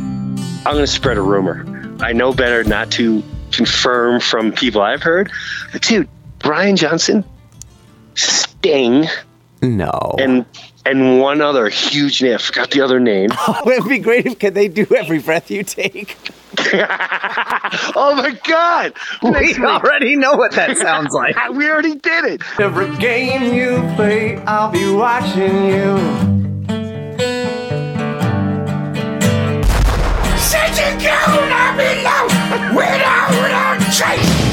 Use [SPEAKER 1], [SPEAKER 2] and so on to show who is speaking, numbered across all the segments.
[SPEAKER 1] I'm going to spread a rumor. I know better not to confirm from people I've heard. But dude, Brian Johnson, Sting,
[SPEAKER 2] No.
[SPEAKER 1] and and one other huge name. I forgot the other name.
[SPEAKER 2] it would be great if could they do every breath you take.
[SPEAKER 1] oh my God! Next week.
[SPEAKER 2] We already know what that sounds like.
[SPEAKER 1] We already did it.
[SPEAKER 2] Every game you play, I'll be watching you.
[SPEAKER 3] Set your governor below without without chase.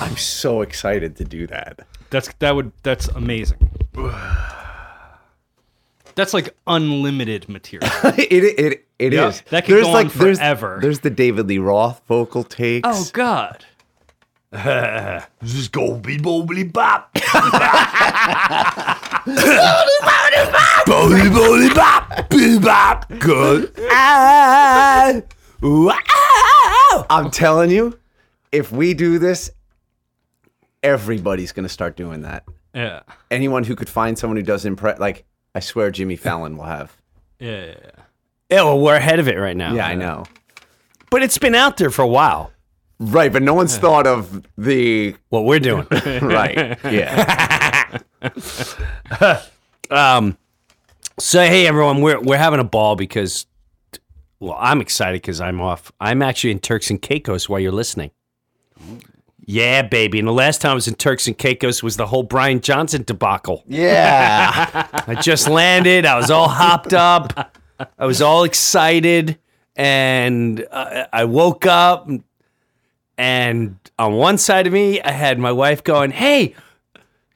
[SPEAKER 2] I'm so excited to do that.
[SPEAKER 4] That's that would that's amazing. That's like unlimited material.
[SPEAKER 2] it it it
[SPEAKER 4] Yeah,
[SPEAKER 2] is.
[SPEAKER 4] that could go on
[SPEAKER 2] there's-
[SPEAKER 4] forever.
[SPEAKER 2] There's, the David Lee Roth vocal takes.
[SPEAKER 4] oh God.
[SPEAKER 3] This is Goldie Bobbly Bop. Bobbly Bobbly Bop. Bobbly Bop. Good.
[SPEAKER 2] Ah! Wow! I'm telling you, if we do this, everybody's going to start doing that.
[SPEAKER 4] Yeah.
[SPEAKER 2] Anyone who could find someone who does impress, like I swear, Jimmy Fallon will have.
[SPEAKER 4] Yeah. yeah, yeah.
[SPEAKER 5] Yeah, well, we're ahead of it right now.
[SPEAKER 2] Yeah, I know.
[SPEAKER 5] But it's been out there for a while.
[SPEAKER 2] Right, but no one's thought of the
[SPEAKER 5] What we're doing.
[SPEAKER 2] right. Yeah,
[SPEAKER 5] Um, so hey everyone, we're we're having a ball because, well, I'm excited because I'm off. I'm actually in Turks and Caicos while you're listening. Yeah, baby. And the last time I was in Turks and Caicos was the whole Brian Johnson debacle.
[SPEAKER 2] yeah.
[SPEAKER 5] I just landed. I was all hopped up. I was all excited, and I, I woke up, and on one side of me, I had my wife going, "Hey,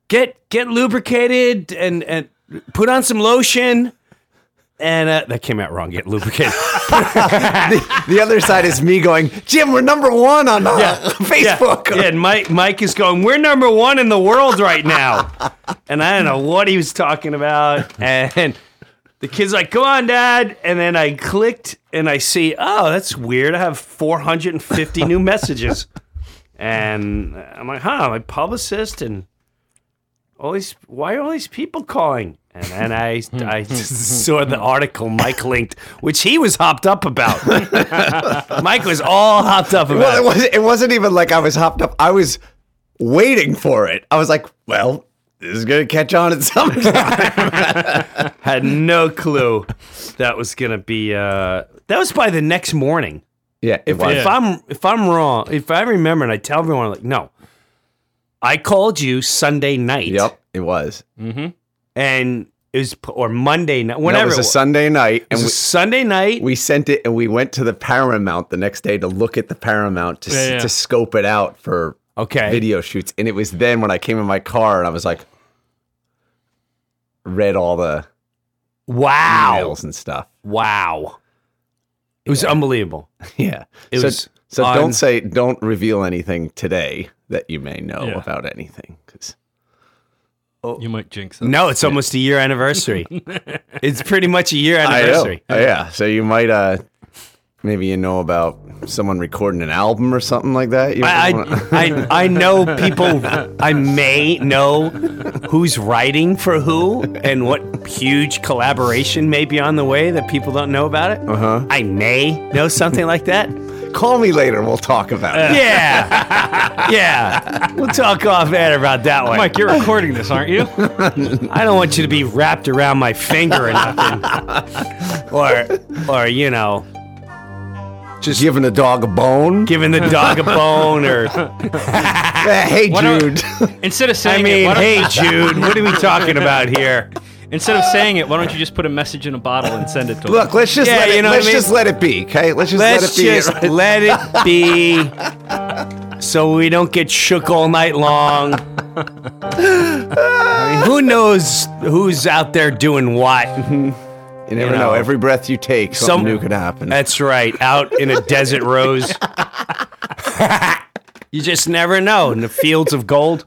[SPEAKER 5] get get lubricated and and put on some lotion." And uh, that came out wrong. Get lubricated.
[SPEAKER 2] The other side is me going, Jim, we're number one on uh, Facebook.
[SPEAKER 5] Yeah, yeah, and Mike Mike is going, We're number one in the world right now. and I don't know what he was talking about. And the kid's like, Come on, Dad. And then I clicked and I see, oh, that's weird. I have 450 new messages. And I'm like, huh, my publicist and all these why are all these people calling? And then I I saw the article Mike linked, which he was hopped up about. Mike was all hopped up about.
[SPEAKER 2] Well,
[SPEAKER 5] it.
[SPEAKER 2] it wasn't, it wasn't even like I was hopped up. I was waiting for it. I was like, well, this is going to catch on at some time.
[SPEAKER 5] had no clue that was gonna be uh that was by the next morning
[SPEAKER 2] yeah, it was.
[SPEAKER 5] if i'm if i'm wrong if i remember and i tell everyone like no i called you sunday night
[SPEAKER 2] Yep, it was.
[SPEAKER 5] and it was or monday night
[SPEAKER 2] No,
[SPEAKER 5] whenever
[SPEAKER 2] it was a Sunday night,
[SPEAKER 5] it
[SPEAKER 2] and
[SPEAKER 5] was
[SPEAKER 2] we,
[SPEAKER 5] sunday night
[SPEAKER 2] we sent it, and we went to the Paramount the next day to look at the Paramount to, s
[SPEAKER 4] Yeah, yeah.
[SPEAKER 2] to scope it out for
[SPEAKER 5] okay
[SPEAKER 2] video shoots. And it was then when I came in my car and I was like, read all the
[SPEAKER 5] wow
[SPEAKER 2] emails and stuff.
[SPEAKER 5] wow it was unbelievable
[SPEAKER 2] Yeah.
[SPEAKER 5] It
[SPEAKER 2] so
[SPEAKER 5] was
[SPEAKER 2] so
[SPEAKER 5] on-
[SPEAKER 2] don't say don't reveal anything today that you may know
[SPEAKER 4] Yeah.
[SPEAKER 2] about anything 'cause-
[SPEAKER 4] You might jinx it.
[SPEAKER 5] no it's almost a year anniversary it's pretty much a year
[SPEAKER 2] I know.
[SPEAKER 5] anniversary
[SPEAKER 2] Oh, yeah. So you might uh maybe you know about someone recording an album or something like that. You
[SPEAKER 5] I,
[SPEAKER 2] wanna-
[SPEAKER 5] I, I, I know people, I may know who's writing for who and what huge collaboration may be on the way that people don't know about it. Uh-huh. I may know something like that.
[SPEAKER 2] Call me later. We'll talk about it.
[SPEAKER 5] Yeah. Yeah. We'll talk off air about that one.
[SPEAKER 4] Mike, you're recording this, aren't you?
[SPEAKER 5] I don't want you to be wrapped around my finger or nothing. or, or, you know,
[SPEAKER 2] Just giving a dog a bone.
[SPEAKER 5] giving the dog a bone or,
[SPEAKER 2] Eh, hey,
[SPEAKER 4] Why don't-
[SPEAKER 2] Jude.
[SPEAKER 4] Instead of saying
[SPEAKER 5] I
[SPEAKER 4] it,
[SPEAKER 5] mean,
[SPEAKER 4] why don't-
[SPEAKER 5] hey, Jude, what are we talking about here?
[SPEAKER 4] instead of saying it, why don't you just put a message in a bottle and send it to
[SPEAKER 2] Look, let's just
[SPEAKER 5] Yeah,
[SPEAKER 2] let it,
[SPEAKER 5] you know what I
[SPEAKER 2] let's
[SPEAKER 5] mean?
[SPEAKER 2] just let it be. Okay, let's just
[SPEAKER 5] Let's
[SPEAKER 2] let it be.
[SPEAKER 5] just let it be so we don't get shook all night long. I mean, who knows who's out there doing what?
[SPEAKER 2] you never
[SPEAKER 5] you
[SPEAKER 2] know.
[SPEAKER 5] know.
[SPEAKER 2] Every breath you take, something
[SPEAKER 5] Some-
[SPEAKER 2] new could happen.
[SPEAKER 5] That's right, out in a desert rose. you just never know in the fields of gold.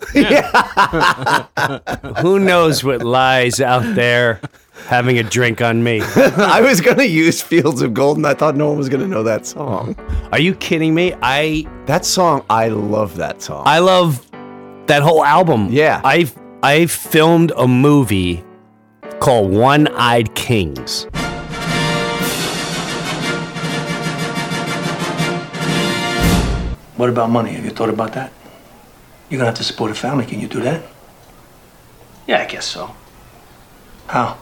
[SPEAKER 5] who knows what lies out there having a drink on me.
[SPEAKER 2] I was gonna use Fields of Gold, and I thought no one was gonna know that song.
[SPEAKER 5] Are you kidding me? I
[SPEAKER 2] That song, I love that song.
[SPEAKER 5] I love that whole album.
[SPEAKER 2] Yeah.
[SPEAKER 5] I I filmed a movie called One Eyed Kings.
[SPEAKER 6] What about money? Have you thought about that? You're gonna have to support a family. Can you do that?
[SPEAKER 7] Yeah, I guess so.
[SPEAKER 6] How?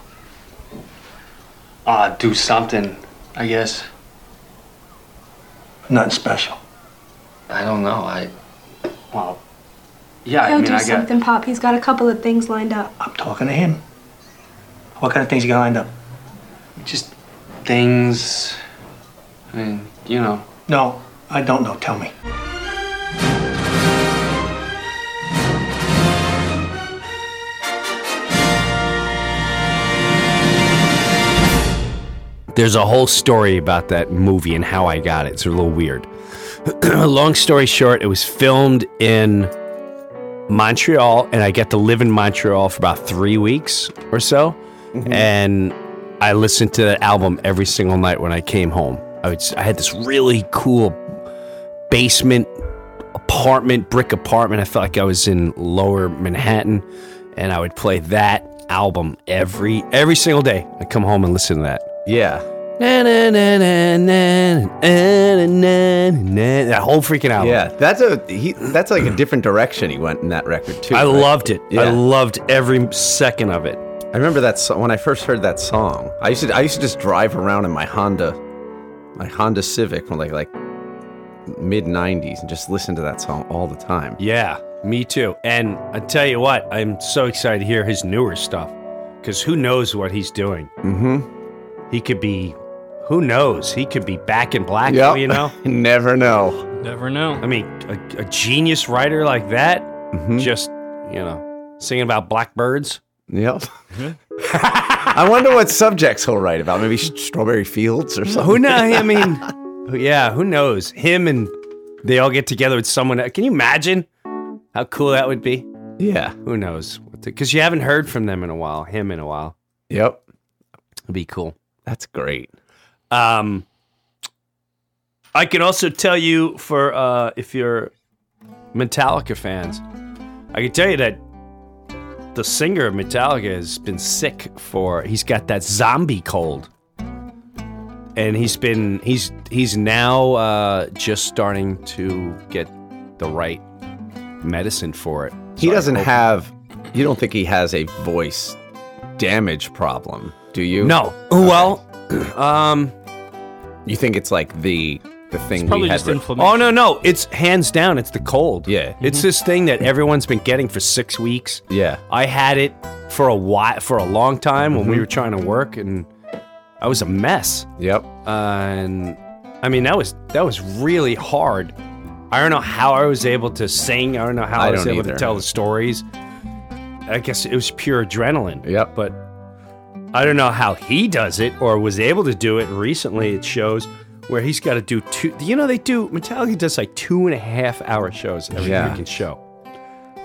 [SPEAKER 7] Uh, do something, I guess.
[SPEAKER 6] Nothing special.
[SPEAKER 7] I don't know. I. Well. Yeah,
[SPEAKER 8] He'll
[SPEAKER 7] I mean,
[SPEAKER 8] do
[SPEAKER 7] I got.
[SPEAKER 8] something, Pop. He's got a couple of things lined up.
[SPEAKER 6] I'm talking to him. What kind of things you got lined up?
[SPEAKER 7] Just things. I mean, you know.
[SPEAKER 6] No, I don't know. Tell me.
[SPEAKER 5] There's a whole story about that movie and how I got it. It's a little weird. Long story short, it was filmed in Montreal, and I got to live in Montreal for about three weeks or so. And I listened to that album every single night when I came home. I, would, s- I had this really cool basement apartment, brick apartment. I felt like I was in lower Manhattan, and I would play that album every every single day. I come home and listen to that.
[SPEAKER 2] yeah.
[SPEAKER 5] Na, na, na, na, na, na, na, na, na. That whole freaking album.
[SPEAKER 2] Yeah. That's a he that's like a different direction he went in that record too.
[SPEAKER 5] I
[SPEAKER 2] right?
[SPEAKER 5] loved it.
[SPEAKER 2] Yeah.
[SPEAKER 5] I loved every second of it.
[SPEAKER 2] I remember that song when I first heard that song. I used to I used to just drive around in my Honda, my Honda Civic from like like mid '90s and just listen to that song all the time.
[SPEAKER 5] Yeah, me too. And I tell you what, I'm so excited to hear his newer stuff because who knows what he's doing?
[SPEAKER 2] Mm-hmm.
[SPEAKER 5] He could be, who knows? He could be back in black.
[SPEAKER 2] Yep.
[SPEAKER 5] You know,
[SPEAKER 2] Never know.
[SPEAKER 4] Never know.
[SPEAKER 5] I mean, a, a genius writer like that,
[SPEAKER 2] Mm-hmm.
[SPEAKER 5] just you know, singing about blackbirds.
[SPEAKER 2] Yep. Mm-hmm. I wonder what subjects he'll write about. Maybe sh- strawberry fields or something.
[SPEAKER 5] Who knows? I mean, who- yeah, who knows? Him and they all get together with someone. e, Can you imagine how cool that would be?
[SPEAKER 2] Yeah.
[SPEAKER 5] Who knows? Because you haven't heard from them in a while. Him in a while.
[SPEAKER 2] Yep.
[SPEAKER 5] It'd be cool.
[SPEAKER 2] That's great.
[SPEAKER 5] Um, I could also tell you for uh, if you're Metallica fans, I could tell you that the singer of Metallica has been sick for. He's got that zombie cold, and he's been he's he's now uh, just starting to get the right medicine for it.
[SPEAKER 2] He
[SPEAKER 5] So I
[SPEAKER 2] doesn't
[SPEAKER 5] hope-
[SPEAKER 2] have. You don't think he has a voice damage problem, do you?
[SPEAKER 5] no. Well, um,
[SPEAKER 2] You think it's like the the thing
[SPEAKER 4] Probably
[SPEAKER 2] we had.
[SPEAKER 4] just
[SPEAKER 2] re-
[SPEAKER 4] inflammation.
[SPEAKER 5] Oh no, no! It's hands down. It's the cold.
[SPEAKER 2] Yeah.
[SPEAKER 5] it's this thing that everyone's been getting for six weeks.
[SPEAKER 2] yeah.
[SPEAKER 5] I had it for a while, for a long time when we were trying to work, and I was a mess.
[SPEAKER 2] Yep.
[SPEAKER 5] Uh, and I mean, that was that was really hard. I don't know how I was able to sing. I don't know how
[SPEAKER 2] I
[SPEAKER 5] I, was
[SPEAKER 2] don't
[SPEAKER 5] able
[SPEAKER 2] either.
[SPEAKER 5] to tell the stories. I guess it was pure adrenaline.
[SPEAKER 2] Yep.
[SPEAKER 5] But I don't know how he does it or was able to do it recently. It shows where he's got to do two. You know, they do Metallica does like two and a half hour shows every
[SPEAKER 2] Yeah.
[SPEAKER 5] freaking show.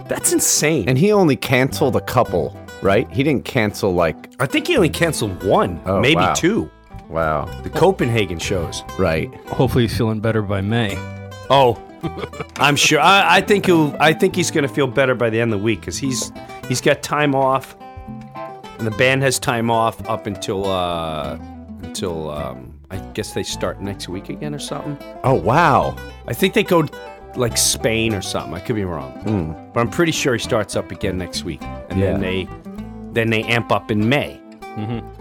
[SPEAKER 5] That's insane.
[SPEAKER 2] And he only canceled a couple, right? He didn't cancel like
[SPEAKER 5] I think he only canceled one,
[SPEAKER 2] Oh,
[SPEAKER 5] maybe
[SPEAKER 2] wow.
[SPEAKER 5] two.
[SPEAKER 2] wow,
[SPEAKER 5] The Copenhagen shows.
[SPEAKER 2] right?
[SPEAKER 4] Hopefully he's feeling better by May.
[SPEAKER 5] Oh, I'm sure. I, I think he'll. I think he's going to feel better by the end of the week because he's he's got time off, and the band has time off up until uh until um I guess they start next week again or something.
[SPEAKER 2] Oh wow,
[SPEAKER 5] I think they go like Spain or something. I could be wrong, but I'm pretty sure he starts up again next week, and
[SPEAKER 2] Yeah.
[SPEAKER 5] then they then they amp up in May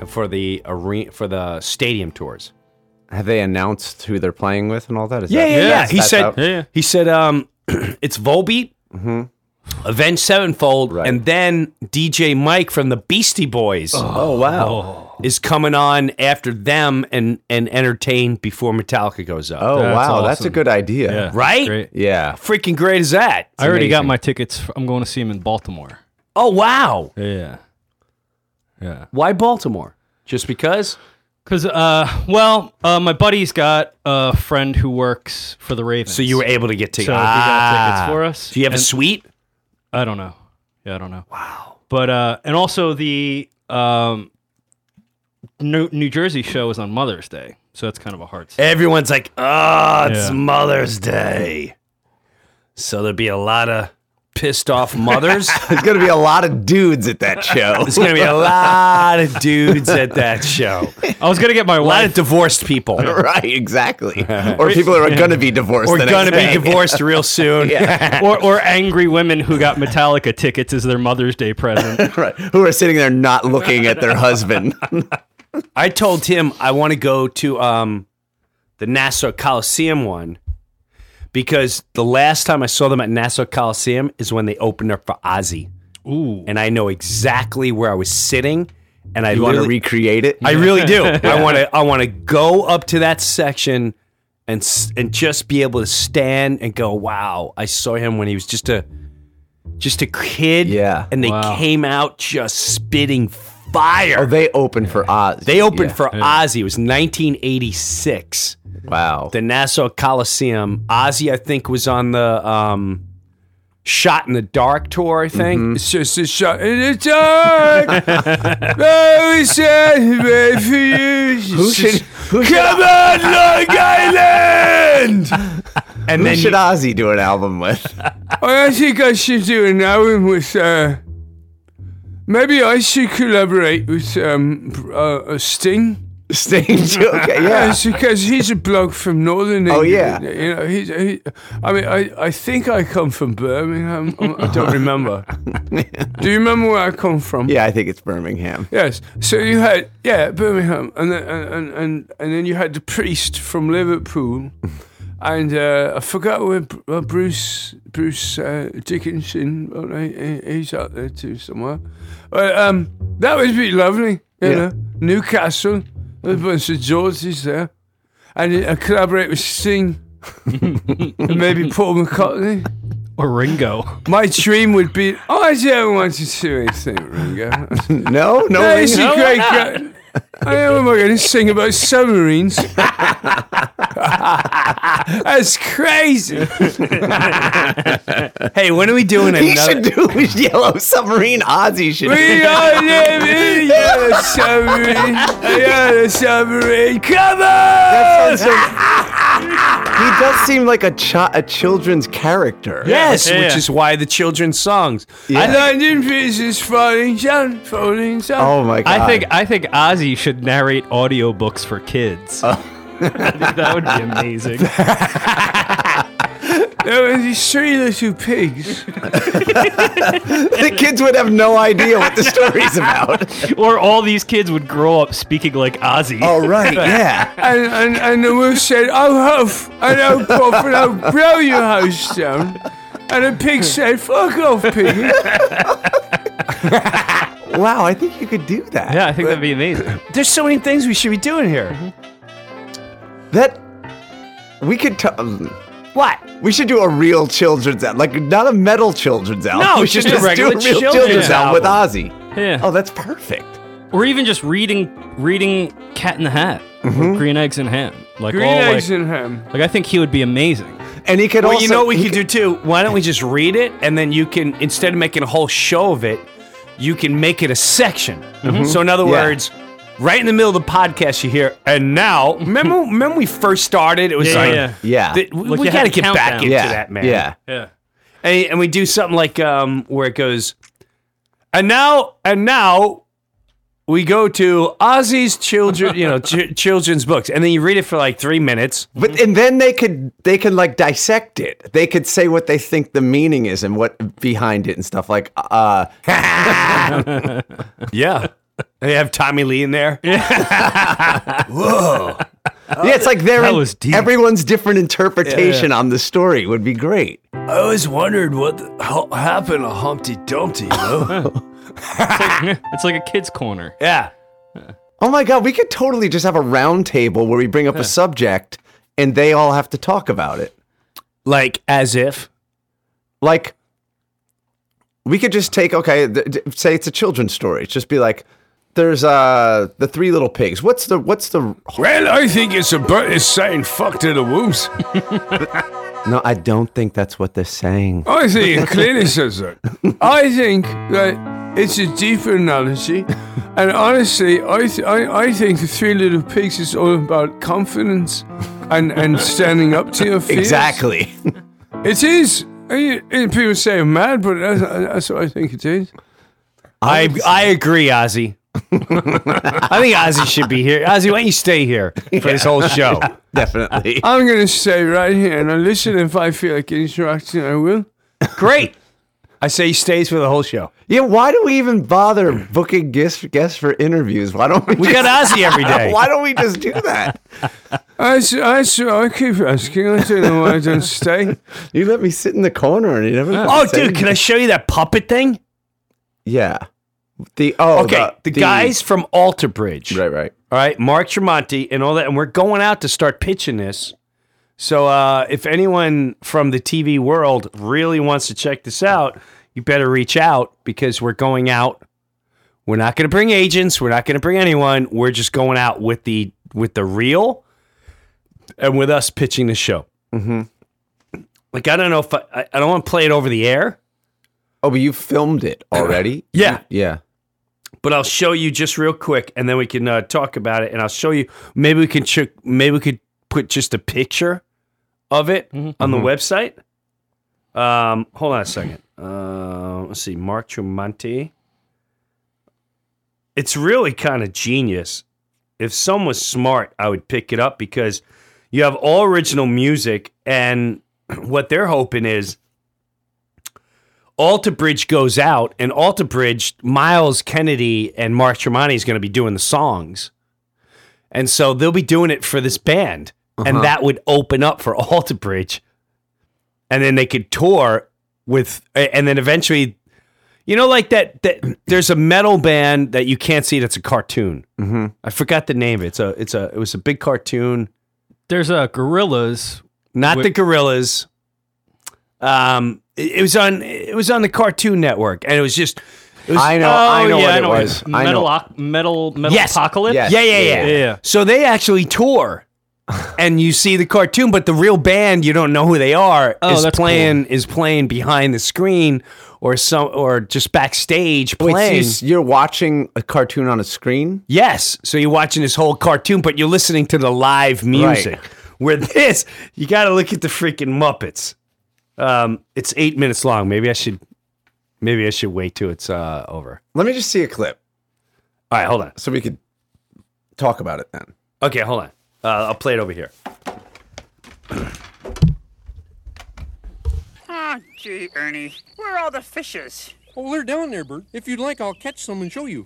[SPEAKER 5] for the arena for the stadium tours.
[SPEAKER 2] have they announced who they're playing with and all that? Is
[SPEAKER 5] Yeah,
[SPEAKER 2] that,
[SPEAKER 5] yeah, yeah.
[SPEAKER 2] that's-
[SPEAKER 5] He
[SPEAKER 2] that's
[SPEAKER 5] said,
[SPEAKER 2] out?
[SPEAKER 4] Yeah, yeah.
[SPEAKER 5] he said, um, it's Volbeat, Avenged Sevenfold,
[SPEAKER 2] Mm-hmm. Right.
[SPEAKER 5] and then DJ Mike from the Beastie Boys
[SPEAKER 2] "Oh wow,
[SPEAKER 5] is coming on after them and and entertain before Metallica goes up.
[SPEAKER 2] oh
[SPEAKER 4] That's
[SPEAKER 2] wow, that's a
[SPEAKER 4] awesome.
[SPEAKER 2] good idea."
[SPEAKER 4] Yeah,
[SPEAKER 5] Right?
[SPEAKER 4] Great.
[SPEAKER 2] Yeah.
[SPEAKER 5] Freaking great is that?
[SPEAKER 4] I already got
[SPEAKER 2] amazing.
[SPEAKER 4] my tickets. I'm going to see him in Baltimore.
[SPEAKER 5] oh wow!
[SPEAKER 4] Yeah. Yeah.
[SPEAKER 5] Why Baltimore? Just because?
[SPEAKER 4] Because, uh, well, uh, my buddy's got a friend who works for the Ravens.
[SPEAKER 5] So you were able to get tickets? Ah.
[SPEAKER 4] So he got tickets for us.
[SPEAKER 5] Do you have a
[SPEAKER 4] And-
[SPEAKER 5] suite?
[SPEAKER 4] I don't know. Yeah, I don't know. Wow. But uh, and also the um, New, New Jersey show is on Mother's Day, so that's kind of a hard. Stop.
[SPEAKER 5] Everyone's like, oh, it's
[SPEAKER 4] Yeah.
[SPEAKER 5] Mother's Day. So there'd be a lot of pissed off mothers.
[SPEAKER 2] There's gonna be a lot of dudes at that show.
[SPEAKER 5] There's going to be a lot of dudes at that show.
[SPEAKER 4] I was gonna get my
[SPEAKER 5] A lot of
[SPEAKER 4] wife.
[SPEAKER 5] divorced people.
[SPEAKER 2] right, exactly. Or people who are gonna be divorced.
[SPEAKER 5] We're
[SPEAKER 2] the
[SPEAKER 5] going to
[SPEAKER 2] next
[SPEAKER 5] be
[SPEAKER 2] day.
[SPEAKER 5] divorced real soon.
[SPEAKER 4] or, or angry women who got Metallica tickets as their Mother's Day present.
[SPEAKER 2] Right, who are sitting there not looking at their husband.
[SPEAKER 5] I told him I want to go to um, the Nassau Coliseum one because the last time I saw them at Nassau Coliseum is when they opened up for Ozzy.
[SPEAKER 4] Ooh.
[SPEAKER 5] And I know exactly where I was sitting. And I
[SPEAKER 2] you want to
[SPEAKER 5] literally-
[SPEAKER 2] recreate it?
[SPEAKER 5] I really do. I want to. I want to go up to that section and s- and just be able to stand and go, "Wow, I saw him when he was just a just a kid."
[SPEAKER 2] Yeah.
[SPEAKER 5] and they
[SPEAKER 4] Wow.
[SPEAKER 5] came out just spitting fire.
[SPEAKER 2] Oh, they opened for Oz.
[SPEAKER 5] they opened
[SPEAKER 2] Yeah.
[SPEAKER 5] for Ozzy. It was 1986.
[SPEAKER 2] wow.
[SPEAKER 5] The Nassau Coliseum. Ozzy, I think, was on the um, Shot in the Dark tour. I think
[SPEAKER 2] Mm-hmm.
[SPEAKER 5] it's just a shot in the dark. Very sad, very for you.
[SPEAKER 2] who should who should,
[SPEAKER 5] Come on, Long Island! And
[SPEAKER 2] who
[SPEAKER 5] then
[SPEAKER 2] should
[SPEAKER 5] you,
[SPEAKER 2] Ozzy do an album with?
[SPEAKER 5] I think I should do an album with. Uh, maybe I should collaborate with um, uh, Sting.
[SPEAKER 2] Stage. Okay, yeah.
[SPEAKER 5] Yes, because he's a bloke from Northern
[SPEAKER 2] Oh,
[SPEAKER 5] England.
[SPEAKER 2] yeah.
[SPEAKER 5] You know, he's. He, I mean, I, I think I come from Birmingham. I don't remember. do you remember where I come from?
[SPEAKER 2] Yeah, I think it's Birmingham.
[SPEAKER 5] Yes. So you had yeah Birmingham, and then, and, and and and then you had the priest from Liverpool, and uh, I forgot where Br- uh, Bruce Bruce uh, Dickinson. Well, he, he- he's out there too somewhere. But um, that would be lovely. You
[SPEAKER 2] Yeah.
[SPEAKER 5] know, Newcastle, a bunch of Georges there, and I collaborate with Sting, and maybe Paul McCartney.
[SPEAKER 4] or Ringo.
[SPEAKER 5] My dream would be. Oh, I don't want to do anything, Ringo.
[SPEAKER 2] No, no. Ringo?
[SPEAKER 5] That Oh, is a great guy. I am going to sing about submarines. That's crazy. hey, when are we doing
[SPEAKER 2] He should do his Yellow Submarine. Ozzy should.
[SPEAKER 5] we are living in a submarine. We are a submarine. Come on!
[SPEAKER 2] He does seem like a chi- a children's character.
[SPEAKER 5] Yes,
[SPEAKER 4] Yeah.
[SPEAKER 5] which is why the children's songs.
[SPEAKER 2] Yeah.
[SPEAKER 5] I learned in pieces falling down, falling down.
[SPEAKER 2] Oh my god.
[SPEAKER 4] I think I think Ozzy should narrate audiobooks for kids.
[SPEAKER 5] Oh.
[SPEAKER 4] that would be amazing.
[SPEAKER 5] There were these three little pigs.
[SPEAKER 2] the kids would have no idea what the story's about.
[SPEAKER 4] or all these kids would grow up speaking like Ozzy.
[SPEAKER 2] oh right, yeah.
[SPEAKER 5] and, and, and the wolf said, I'll huff and I'll puff and I'll blow your house down. And the pig said, fuck off, pig.
[SPEAKER 2] Wow, I think you could do that.
[SPEAKER 4] Yeah, I think that'd be amazing.
[SPEAKER 5] There's so many things we should be doing here.
[SPEAKER 2] That we could. T- um, what? We should do a real children's album, like not a metal children's album.
[SPEAKER 5] No,
[SPEAKER 2] we
[SPEAKER 5] just
[SPEAKER 2] should
[SPEAKER 5] a
[SPEAKER 2] just
[SPEAKER 5] regular
[SPEAKER 2] do a real
[SPEAKER 5] children's
[SPEAKER 2] children's, album, with Ozzy.
[SPEAKER 4] Yeah.
[SPEAKER 2] Oh, that's perfect.
[SPEAKER 4] Or even just reading reading Cat in the Hat. or
[SPEAKER 7] Mm-hmm.
[SPEAKER 4] Green eggs and ham. Like all like,
[SPEAKER 5] and ham.
[SPEAKER 4] like I think he would be amazing.
[SPEAKER 2] And he could
[SPEAKER 5] Well,
[SPEAKER 2] also.
[SPEAKER 5] you know what we
[SPEAKER 2] he
[SPEAKER 5] could do too? Why don't we just read it and then you can, instead of making a whole show of it, you can make it a section.
[SPEAKER 4] Mm-hmm.
[SPEAKER 5] So, in other
[SPEAKER 2] Yeah.
[SPEAKER 5] words, right in the middle of the podcast, you hear, and now, remember, remember we first started? It was
[SPEAKER 4] Yeah,
[SPEAKER 5] like,
[SPEAKER 4] yeah,
[SPEAKER 2] Yeah.
[SPEAKER 5] th- we,
[SPEAKER 4] Like you had
[SPEAKER 5] got to
[SPEAKER 4] the
[SPEAKER 5] get back
[SPEAKER 4] countdown.
[SPEAKER 5] into
[SPEAKER 2] yeah.
[SPEAKER 5] that, man.
[SPEAKER 2] Yeah.
[SPEAKER 4] Yeah.
[SPEAKER 5] and, and we do something like um, where it goes, and now and now we go to Ozzy's children, you know, ch- children's books, and then you read it for like three minutes.
[SPEAKER 2] But and then they could they can like dissect it. They could say what they think the meaning is and what behind it and stuff like uh
[SPEAKER 5] Yeah, they have Tommy Lee in there.
[SPEAKER 2] yeah, it's like their
[SPEAKER 4] That was deep.
[SPEAKER 2] everyone's different interpretation on the story would be great.
[SPEAKER 5] I always wondered what happened to Humpty Dumpty.
[SPEAKER 4] It's like a kid's corner.
[SPEAKER 5] yeah,
[SPEAKER 2] Oh my god, we could totally just have a round table where we bring up a subject and they all have to talk about it.
[SPEAKER 5] like as if.
[SPEAKER 2] Like we could just take okay, th- d- say it's a children's story. Just be like there's uh the three little pigs. What's the what's the
[SPEAKER 5] Well, I think it's a bird is saying "fuck" to the wolves.
[SPEAKER 2] No, I don't think that's what they're saying.
[SPEAKER 5] I think it clearly says that. I think that
[SPEAKER 9] It's a deeper analogy. And honestly, I, th- I, I think the Three Little Pigs is all about confidence and, and standing up to your fears.
[SPEAKER 7] Exactly.
[SPEAKER 9] It is. I- I- people say I'm mad, but that's, that's what I think it is.
[SPEAKER 5] I I agree, Ozzy. I think Ozzy should be here. Ozzy, why don't you stay here for this whole show?
[SPEAKER 7] Definitely.
[SPEAKER 9] I'm going to stay right here and I listen. If I feel like interacting, I will.
[SPEAKER 5] Great. I say he stays for the whole show.
[SPEAKER 7] Yeah, why do we even bother booking guests, guests for interviews? Why don't we?
[SPEAKER 5] We
[SPEAKER 7] just,
[SPEAKER 5] got Ozzy every day.
[SPEAKER 7] Why don't we just do that?
[SPEAKER 9] I, s- I, s- I keep asking. I don't know why I don't stay.
[SPEAKER 7] You let me sit in the corner and you never.
[SPEAKER 5] Oh, dude, can I show you that puppet thing?
[SPEAKER 7] Yeah. The oh.
[SPEAKER 5] Okay, the, guys from Alter Bridge.
[SPEAKER 7] Right, right.
[SPEAKER 5] All right, Mark Tremonti and all that, and we're going out to start pitching this. So uh, if anyone from the TV world really wants to check this out, you better reach out because we're going out. We're not going to bring agents. We're not going to bring anyone. We're just going out with the with the real, and with us pitching the show. Mm-hmm. Like I don't know if I, I- I don't want to play it over the air.
[SPEAKER 7] Oh, but you filmed it already.
[SPEAKER 5] Yeah.
[SPEAKER 7] Yeah.
[SPEAKER 5] but I'll show you just real quick, and then we can uh, talk about it. And I'll show you. Maybe we can ch- maybe we could put just a picture of it on the website. Um, hold on a second. Uh, let's see, Mark Tremonti. It's really kind of genius. If someone was smart, I would pick it up because you have all original music, and what they're hoping is Alter Bridge goes out, and Alter Bridge, Miles Kennedy and Mark Tremonti is going to be doing the songs, and so they'll be doing it for this band, and that would open up for Alter Bridge, and then they could tour with, a- and then eventually, you know, like that. That there's a metal band that you can't see. That's a cartoon. Mm-hmm. I forgot the name. It's a. It's a. It was a big cartoon.
[SPEAKER 4] There's a gorillas.
[SPEAKER 5] Not
[SPEAKER 4] Wait.
[SPEAKER 5] the gorillas. Um, it, it was on. It was on the Cartoon Network, and it was just. It was,
[SPEAKER 7] I know. Oh, I
[SPEAKER 4] Oh,
[SPEAKER 7] know what it was. I
[SPEAKER 4] Metal,
[SPEAKER 7] know.
[SPEAKER 4] metal, metal
[SPEAKER 5] Yes.
[SPEAKER 4] apocalypse.
[SPEAKER 7] Yes.
[SPEAKER 5] Yeah, yeah, yeah,
[SPEAKER 4] Yeah, yeah.
[SPEAKER 5] So they actually tour, and you see the cartoon, but the real band you don't know who they are
[SPEAKER 4] Oh,
[SPEAKER 5] is
[SPEAKER 4] that's
[SPEAKER 5] playing is playing behind the screen or some or just backstage
[SPEAKER 7] Wait, so you,
[SPEAKER 5] playing.
[SPEAKER 7] s- you're watching a cartoon on a screen.
[SPEAKER 5] Yes. So you're watching this whole cartoon, but you're listening to the live music. Where this, you got to look at the freaking Muppets. Um, it's eight minutes long. Maybe I should, maybe I should wait till it's uh, over.
[SPEAKER 7] Let me just see a clip
[SPEAKER 5] All right, hold on.
[SPEAKER 7] so we could talk about it then.
[SPEAKER 5] Okay, hold on. Uh, I'll play it over here.
[SPEAKER 10] Ah, gee, Ernie, where are all the fishes?
[SPEAKER 9] Well, Oh, they're down there, Bert. If you'd like, I'll catch some and show you.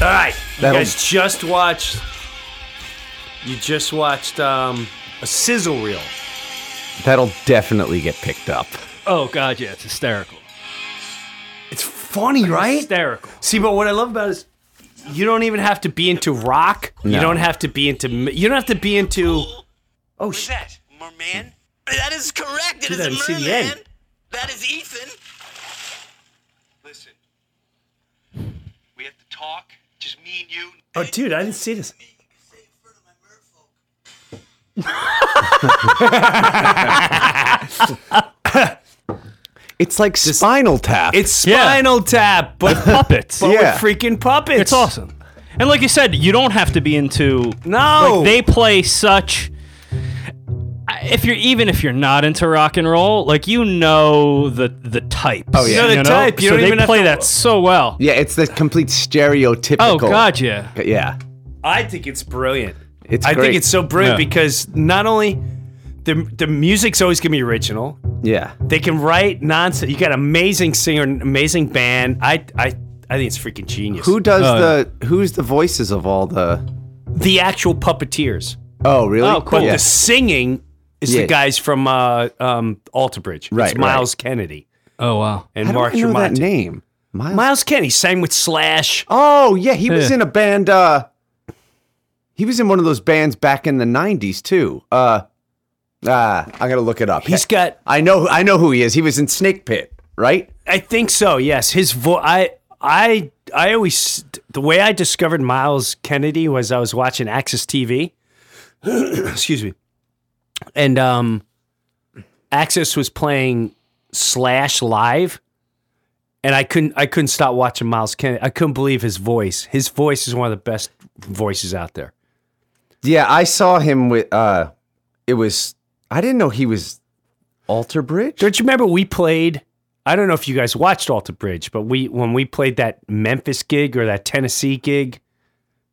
[SPEAKER 5] All right, you
[SPEAKER 7] That'll-
[SPEAKER 5] guys just watched.
[SPEAKER 4] um,
[SPEAKER 5] You just watched um, a sizzle reel.
[SPEAKER 7] That'll definitely get picked up.
[SPEAKER 4] Oh god, yeah, it's hysterical.
[SPEAKER 5] It's funny, right?
[SPEAKER 4] Hysterical.
[SPEAKER 5] See, but what I love about it is you don't even have to be into rock. You
[SPEAKER 7] No.
[SPEAKER 5] don't have to be into. m- You don't have to be into. Oh
[SPEAKER 10] Who's
[SPEAKER 5] shit!
[SPEAKER 10] that? Merman? That is correct. It
[SPEAKER 5] Dude,
[SPEAKER 10] is
[SPEAKER 5] I
[SPEAKER 10] a
[SPEAKER 5] didn't see the
[SPEAKER 10] merman.
[SPEAKER 5] end.
[SPEAKER 10] That is Ethan. Listen, we have to talk. Just me and you.
[SPEAKER 5] Oh, dude, I didn't see this.
[SPEAKER 7] It's like Spinal Tap.
[SPEAKER 5] It's
[SPEAKER 4] Yeah.
[SPEAKER 5] Spinal Tap, but puppets. But
[SPEAKER 7] Yeah.
[SPEAKER 5] with freaking puppets.
[SPEAKER 4] It's awesome. And like you said, you don't have to be into.
[SPEAKER 5] No,
[SPEAKER 4] Like they play such. I- If you're even if you're not into rock and roll, like you know the the type. Oh
[SPEAKER 5] yeah. You know the type. You
[SPEAKER 4] so
[SPEAKER 5] don't
[SPEAKER 4] they
[SPEAKER 5] even have
[SPEAKER 4] play
[SPEAKER 5] to-
[SPEAKER 4] that so well.
[SPEAKER 7] yeah, it's the complete stereotypical.
[SPEAKER 4] Oh god, yeah.
[SPEAKER 7] Yeah,
[SPEAKER 5] I think it's brilliant.
[SPEAKER 7] it's.
[SPEAKER 5] I
[SPEAKER 7] great.
[SPEAKER 5] think it's so brilliant
[SPEAKER 4] Yeah.
[SPEAKER 5] because not only the the music's always gonna be original.
[SPEAKER 7] yeah.
[SPEAKER 5] They can write nonsense. You got an amazing singer, an amazing band. I I I think it's freaking genius.
[SPEAKER 7] Who does
[SPEAKER 4] Oh,
[SPEAKER 7] the? Who's the voices of all the?
[SPEAKER 5] the actual puppeteers?
[SPEAKER 7] Oh, really?
[SPEAKER 4] Oh, cool.
[SPEAKER 5] But
[SPEAKER 7] Yeah.
[SPEAKER 5] the singing is
[SPEAKER 7] Yeah.
[SPEAKER 5] the guys from uh, um, Alter Bridge.
[SPEAKER 7] Right,
[SPEAKER 5] It's Miles Kennedy
[SPEAKER 4] Oh wow.
[SPEAKER 5] and
[SPEAKER 7] How do
[SPEAKER 5] Mark
[SPEAKER 7] I know that
[SPEAKER 5] Tremonti.
[SPEAKER 7] name? Miles.
[SPEAKER 5] Miles Kennedy sang with Slash.
[SPEAKER 7] Oh yeah, he was
[SPEAKER 4] Yeah.
[SPEAKER 7] in a band. uh He was in one of those bands back in the '90s too. Uh, ah, I gotta look it up.
[SPEAKER 5] He's got,
[SPEAKER 7] I know. I know who he is. He was in Snake Pit, right?
[SPEAKER 5] I think so. Yes, his voice. I I I always the way I discovered Miles Kennedy was I was watching Axis TV. Excuse me, and um, Axis was playing Slash live, and I couldn't I couldn't stop watching Miles Kennedy. I couldn't believe his voice. His voice is one of the best voices out there.
[SPEAKER 7] Yeah, I saw him with. uh It was. I didn't know he was Alter Bridge.
[SPEAKER 5] Don't you remember we played? I don't know if you guys watched Alter Bridge, but we when we played that Memphis gig or that Tennessee gig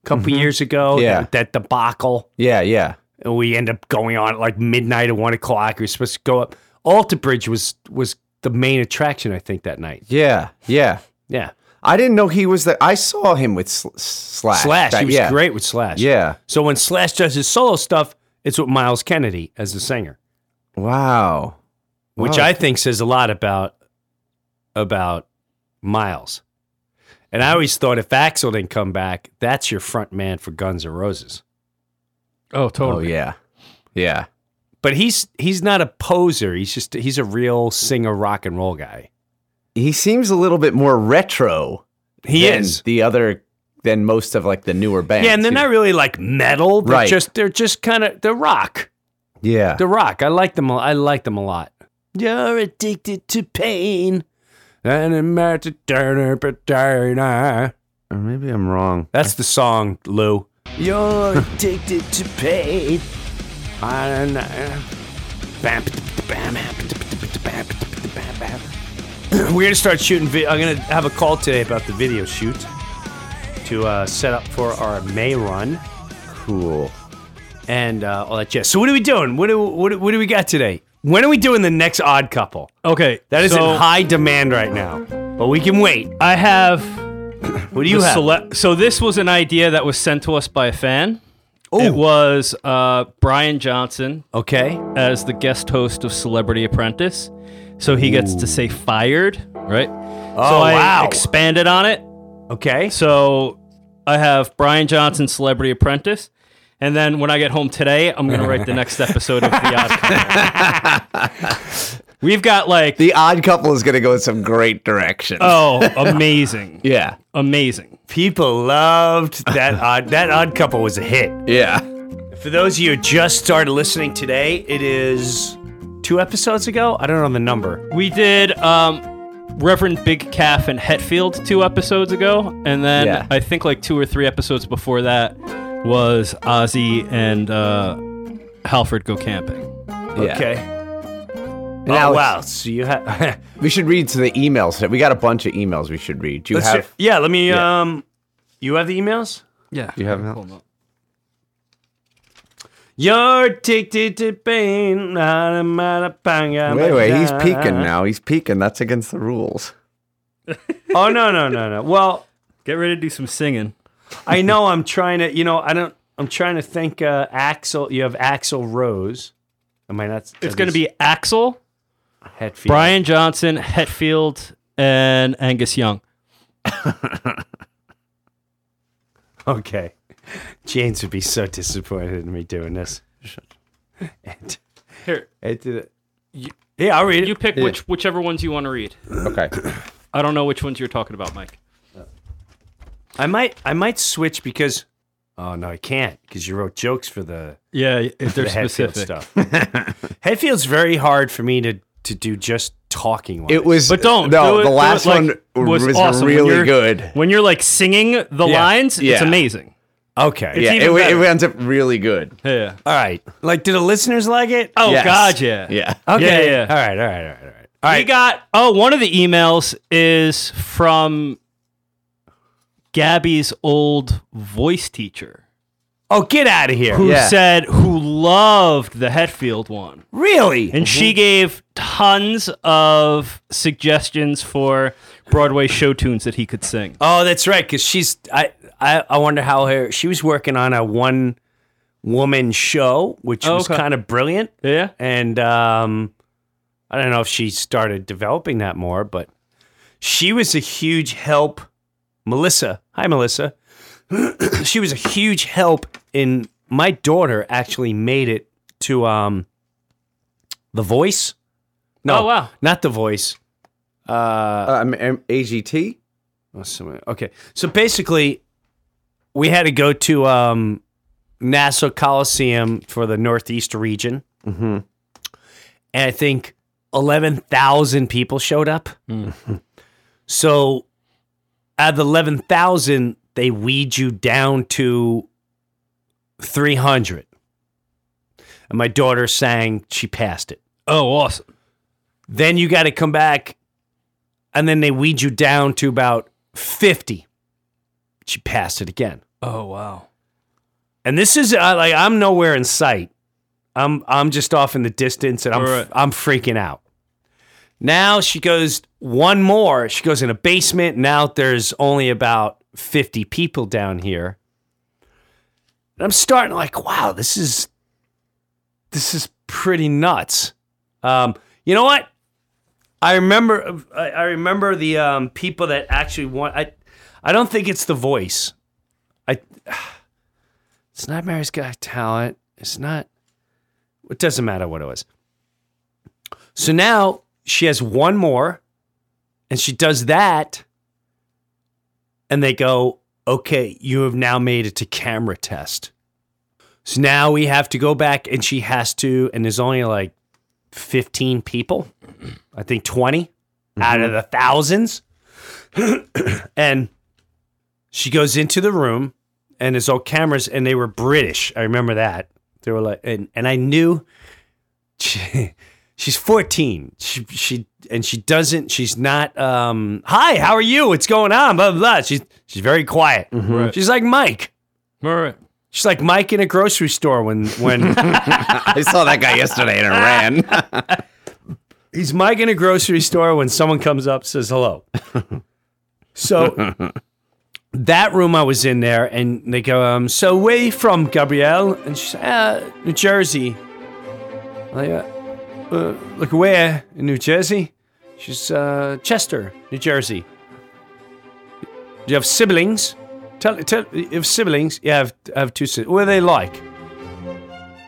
[SPEAKER 5] a couple years ago,
[SPEAKER 7] Mm-hmm. Yeah.
[SPEAKER 5] that, that debacle,
[SPEAKER 7] Yeah, yeah.
[SPEAKER 5] and we end up going on at like midnight or one o'clock. We were supposed to go up. Alter Bridge was was the main attraction, I think, that night.
[SPEAKER 7] Yeah, yeah.
[SPEAKER 5] Yeah,
[SPEAKER 7] I didn't know he was the. I saw him with Sl- Slash.
[SPEAKER 5] Slash,
[SPEAKER 7] That-
[SPEAKER 5] he was
[SPEAKER 7] yeah.
[SPEAKER 5] great with Slash.
[SPEAKER 7] Yeah.
[SPEAKER 5] So when Slash does his solo stuff, it's with Miles Kennedy as the singer.
[SPEAKER 7] Wow.
[SPEAKER 5] which
[SPEAKER 4] Oh.
[SPEAKER 7] Wow.
[SPEAKER 5] I think says a lot about about Miles. And I always thought if Axel didn't come back, that's your front man for Guns N' Roses.
[SPEAKER 4] Oh,
[SPEAKER 7] Oh
[SPEAKER 4] totally.
[SPEAKER 7] yeah, yeah.
[SPEAKER 5] But he's he's not a poser. He's just he's a real singer rock and roll guy.
[SPEAKER 7] He seems a little bit more retro.
[SPEAKER 5] He
[SPEAKER 7] than
[SPEAKER 5] is.
[SPEAKER 7] the other than most of like the newer bands.
[SPEAKER 5] Yeah, and they're
[SPEAKER 7] you
[SPEAKER 5] not
[SPEAKER 7] know?
[SPEAKER 5] really like metal. They're
[SPEAKER 7] Right.
[SPEAKER 5] just they're just kind of they're rock.
[SPEAKER 7] Yeah.
[SPEAKER 5] The Rock. I like them. a- I like them a lot. You're addicted to pain. And it matters to turn up a turn eye.
[SPEAKER 7] Or maybe I'm wrong.
[SPEAKER 5] That's the song, Lou. You're addicted to pain. And, uh, bam, bam, bam, bam, bam, bam. We're gonna start shooting. Vi- I'm gonna have a call today about the video shoot to uh, set up for our May run
[SPEAKER 7] Cool.
[SPEAKER 5] and uh, all that jazz. So what are we doing? What do what, do- what do we got today? When are we doing the next Odd Couple?
[SPEAKER 4] Okay,
[SPEAKER 5] That is
[SPEAKER 4] so
[SPEAKER 5] in high demand right now, but we can wait.
[SPEAKER 4] I have.
[SPEAKER 5] What do you
[SPEAKER 4] the
[SPEAKER 5] have?
[SPEAKER 4] sele- so this was an idea that was sent to us by a fan. It was uh, Brian Johnson
[SPEAKER 5] okay,
[SPEAKER 4] as the guest host of Celebrity Apprentice. So he gets to say fired, right? Oh, so I
[SPEAKER 5] wow.
[SPEAKER 4] expanded on it.
[SPEAKER 5] okay.
[SPEAKER 4] So I have Brian Johnson, Celebrity Apprentice. And then when I get home today, I'm going to write the next episode of The Odd Couple. We've got like,
[SPEAKER 7] The Odd Couple is going to go in some great direction.
[SPEAKER 4] oh, amazing.
[SPEAKER 7] yeah,
[SPEAKER 4] Amazing.
[SPEAKER 5] People loved that odd. That odd couple was a hit.
[SPEAKER 7] yeah.
[SPEAKER 5] For those of you who just started listening today, it is two episodes ago. I don't know the number.
[SPEAKER 4] We did um, Reverend Big Calf and Hetfield two episodes ago, and then
[SPEAKER 7] Yeah.
[SPEAKER 4] I think like two or three episodes before that was Ozzy and uh, Halford go camping.
[SPEAKER 7] yeah.
[SPEAKER 5] Okay.
[SPEAKER 7] And
[SPEAKER 5] Oh
[SPEAKER 7] Alex,
[SPEAKER 5] wow. So you have.
[SPEAKER 7] We should read to the emails. today. We got a bunch of emails we should read. Do you have?
[SPEAKER 5] yeah. Let me.
[SPEAKER 7] Yeah.
[SPEAKER 5] Um. You have the emails.
[SPEAKER 4] Yeah,
[SPEAKER 7] do you have? emails?
[SPEAKER 5] You're addicted to pain. Wait,
[SPEAKER 7] Wait, wait. He's peeking now. He's peeking. That's against the rules.
[SPEAKER 5] Oh no no no no. Well,
[SPEAKER 4] Get ready to do some singing.
[SPEAKER 5] I know I'm trying to, you know, I don't, I'm trying to think, uh, Axel, you have Axel Rose. Am I not?
[SPEAKER 4] It's going to be Axel,
[SPEAKER 5] Hetfield.
[SPEAKER 4] Brian Johnson, Hetfield, and Angus Young.
[SPEAKER 5] Okay. James would be so disappointed in me doing this. and,
[SPEAKER 4] Here,
[SPEAKER 5] and did it. Yeah, I'll read it.
[SPEAKER 4] you pick which whichever ones you want to read.
[SPEAKER 7] Okay.
[SPEAKER 4] I don't know which ones you're talking about, Mike.
[SPEAKER 5] I might, I might switch because, oh no, I can't because you wrote jokes for the,
[SPEAKER 4] Yeah, if
[SPEAKER 5] the
[SPEAKER 4] they're
[SPEAKER 5] Hetfield
[SPEAKER 4] specific.
[SPEAKER 5] stuff. Hetfield's very hard for me to, to do just talking.
[SPEAKER 7] It was.
[SPEAKER 4] But don't.
[SPEAKER 7] No,
[SPEAKER 4] do it- do
[SPEAKER 7] the
[SPEAKER 4] it
[SPEAKER 7] last
[SPEAKER 4] like-
[SPEAKER 7] one
[SPEAKER 4] was,
[SPEAKER 7] was,
[SPEAKER 4] awesome. When
[SPEAKER 7] really
[SPEAKER 4] you're-
[SPEAKER 7] good.
[SPEAKER 4] When you're like singing the
[SPEAKER 5] Yeah.
[SPEAKER 4] lines, it's
[SPEAKER 7] Yeah.
[SPEAKER 4] amazing.
[SPEAKER 5] okay.
[SPEAKER 7] Yeah, it,
[SPEAKER 4] even
[SPEAKER 7] it
[SPEAKER 4] better.
[SPEAKER 7] ends up really good.
[SPEAKER 4] Yeah.
[SPEAKER 5] All right. Like, do the listeners like it?
[SPEAKER 4] Oh
[SPEAKER 7] Yes.
[SPEAKER 4] God, yeah.
[SPEAKER 7] Yeah.
[SPEAKER 5] Okay.
[SPEAKER 4] Yeah, yeah.
[SPEAKER 5] All right. All right. All right. All right.
[SPEAKER 4] We got oh one of the emails is from Gabby's old voice teacher
[SPEAKER 5] Oh, get out of here.
[SPEAKER 4] who
[SPEAKER 7] Yeah.
[SPEAKER 4] said who loved the Hetfield one.
[SPEAKER 5] Really?
[SPEAKER 7] Mm-hmm.
[SPEAKER 4] And she gave tons of suggestions for Broadway show tunes that he could sing.
[SPEAKER 5] Oh, that's right. Because she's I, I I wonder how her she was working on a one woman show, which
[SPEAKER 4] Oh,
[SPEAKER 5] was
[SPEAKER 4] okay.
[SPEAKER 5] kind of brilliant.
[SPEAKER 4] Yeah.
[SPEAKER 5] And um, I don't know if she started developing that more, but she was a huge help. Melissa, hi Melissa. she was a huge help in my daughter actually made it to um, The Voice. No,
[SPEAKER 4] Oh, wow.
[SPEAKER 5] not The Voice. Uh,
[SPEAKER 7] Um, AGT.
[SPEAKER 5] Oh, so- Okay. So basically, we had to go to um, Nassau Coliseum for the Northeast region. Mm-hmm.
[SPEAKER 4] Mm.
[SPEAKER 5] And I think 11,000 people showed up. So out of the 11,000, they weed you down to 300. And my daughter sang, she passed it.
[SPEAKER 4] Oh, awesome.
[SPEAKER 5] Then you got to come back, and then they weed you down to about 50. She passed it again.
[SPEAKER 4] Oh, wow.
[SPEAKER 5] And this is uh, like I'm nowhere in sight. I'm I'm just off in the distance, and I'm
[SPEAKER 4] Right.
[SPEAKER 5] I'm freaking out. Now she goes one more. She goes in a basement. Now there's only about fifty people down here. And I'm starting like, wow, this is this is pretty nuts. Um, you know what? I remember I, I remember the um, people that actually want. I I don't think it's the voice. I it's not Mary's Got Talent. It's not. It doesn't matter what it was. So now she has one more, and she does that, and they go, "Okay, you have now made it to camera test." So now we have to go back, and she has to, and there's only like fifteen people, I think 20 out of the thousands, and she goes into the room and there's all cameras and they were british i remember that they were like and, and i knew she, she's 14 she, she and she doesn't she's not um hi how are you what's going on blah blah, blah. she's she's very quiet
[SPEAKER 4] Right.
[SPEAKER 5] she's like mike
[SPEAKER 4] All right.
[SPEAKER 5] she's like mike in a grocery store when when
[SPEAKER 7] I saw that guy yesterday and I ran.
[SPEAKER 5] he's Mike in a grocery store when someone comes up says hello. so that room I was in there, and they go, um, "So where you from, Gabrielle?" And she's, uh, "New Jersey." I'm Like, uh, uh, like where in New Jersey? She's uh, Chester, New Jersey. Do you have siblings? Tell, tell you have siblings. Yeah, I have, I have two siblings. What are they like?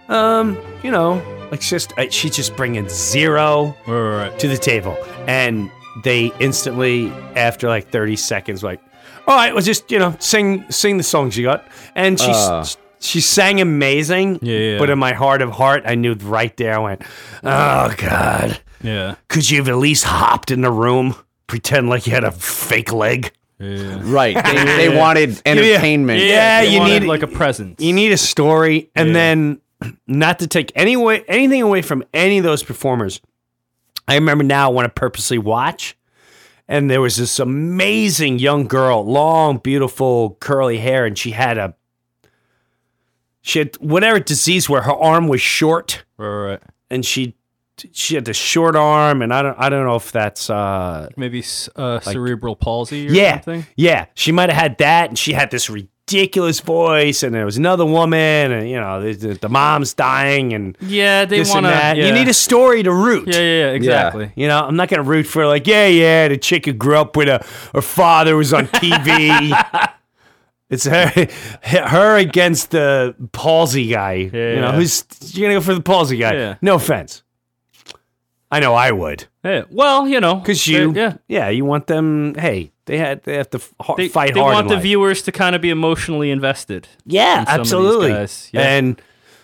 [SPEAKER 5] Um, you know, like just uh, she's just bringing zero
[SPEAKER 4] All right.
[SPEAKER 5] to the table. And they instantly, after like 30 seconds, were like, all right, well, just, you know, sing sing the songs you got. And she, s-
[SPEAKER 7] Uh.
[SPEAKER 5] she sang amazing.
[SPEAKER 4] Ah. Yeah, yeah.
[SPEAKER 5] But in my heart of heart, I knew right there, I went, oh, God.
[SPEAKER 4] Yeah.
[SPEAKER 5] Could you have at least hopped in the room, pretend like you had a fake leg?
[SPEAKER 4] Yeah.
[SPEAKER 7] right. They, they wanted entertainment.
[SPEAKER 5] Yeah,
[SPEAKER 4] They
[SPEAKER 5] you
[SPEAKER 4] wanted,
[SPEAKER 5] need-
[SPEAKER 4] like a presence.
[SPEAKER 7] e
[SPEAKER 5] You need a story, and
[SPEAKER 4] Yeah.
[SPEAKER 5] then not to take any way, anything away from any of those performers. I remember now I want to purposely watch, and there was this amazing young girl, long, beautiful, curly hair, and she had a she had whatever disease where her arm was short,
[SPEAKER 4] All right.
[SPEAKER 5] and she she had the short arm, and I don't I don't know if that's uh
[SPEAKER 4] Maybe s- uh, cerebral palsy or
[SPEAKER 5] yeah,
[SPEAKER 4] something.
[SPEAKER 5] Yeah. She might have had that and she had this ridiculous voice and there was another woman and you know the, the, the mom's dying and
[SPEAKER 4] Yeah, they
[SPEAKER 5] this
[SPEAKER 4] want
[SPEAKER 5] and that.
[SPEAKER 4] to.
[SPEAKER 5] You need a story to root.
[SPEAKER 4] Yeah, yeah, yeah, exactly.
[SPEAKER 5] You know, I'm not gonna root for like, yeah, yeah, the chick who grew up with a her father was on TV. it's her, her against the palsy guy.
[SPEAKER 4] Yeah,
[SPEAKER 5] you know,
[SPEAKER 4] yeah.
[SPEAKER 5] who's you're gonna go for the palsy guy?
[SPEAKER 4] Yeah.
[SPEAKER 5] No offense. I know I would.
[SPEAKER 4] Yeah, Well, you know,
[SPEAKER 5] Because you,
[SPEAKER 4] they- yeah,
[SPEAKER 5] yeah. you want them. Hey, they had they have to f- har-
[SPEAKER 4] they,
[SPEAKER 5] fight
[SPEAKER 4] they
[SPEAKER 5] hard.
[SPEAKER 4] want
[SPEAKER 5] in
[SPEAKER 4] the
[SPEAKER 5] life.
[SPEAKER 4] viewers to kind of be emotionally invested.
[SPEAKER 5] Yeah,
[SPEAKER 4] in some of these
[SPEAKER 5] absolutely.
[SPEAKER 4] guys, yeah.
[SPEAKER 5] And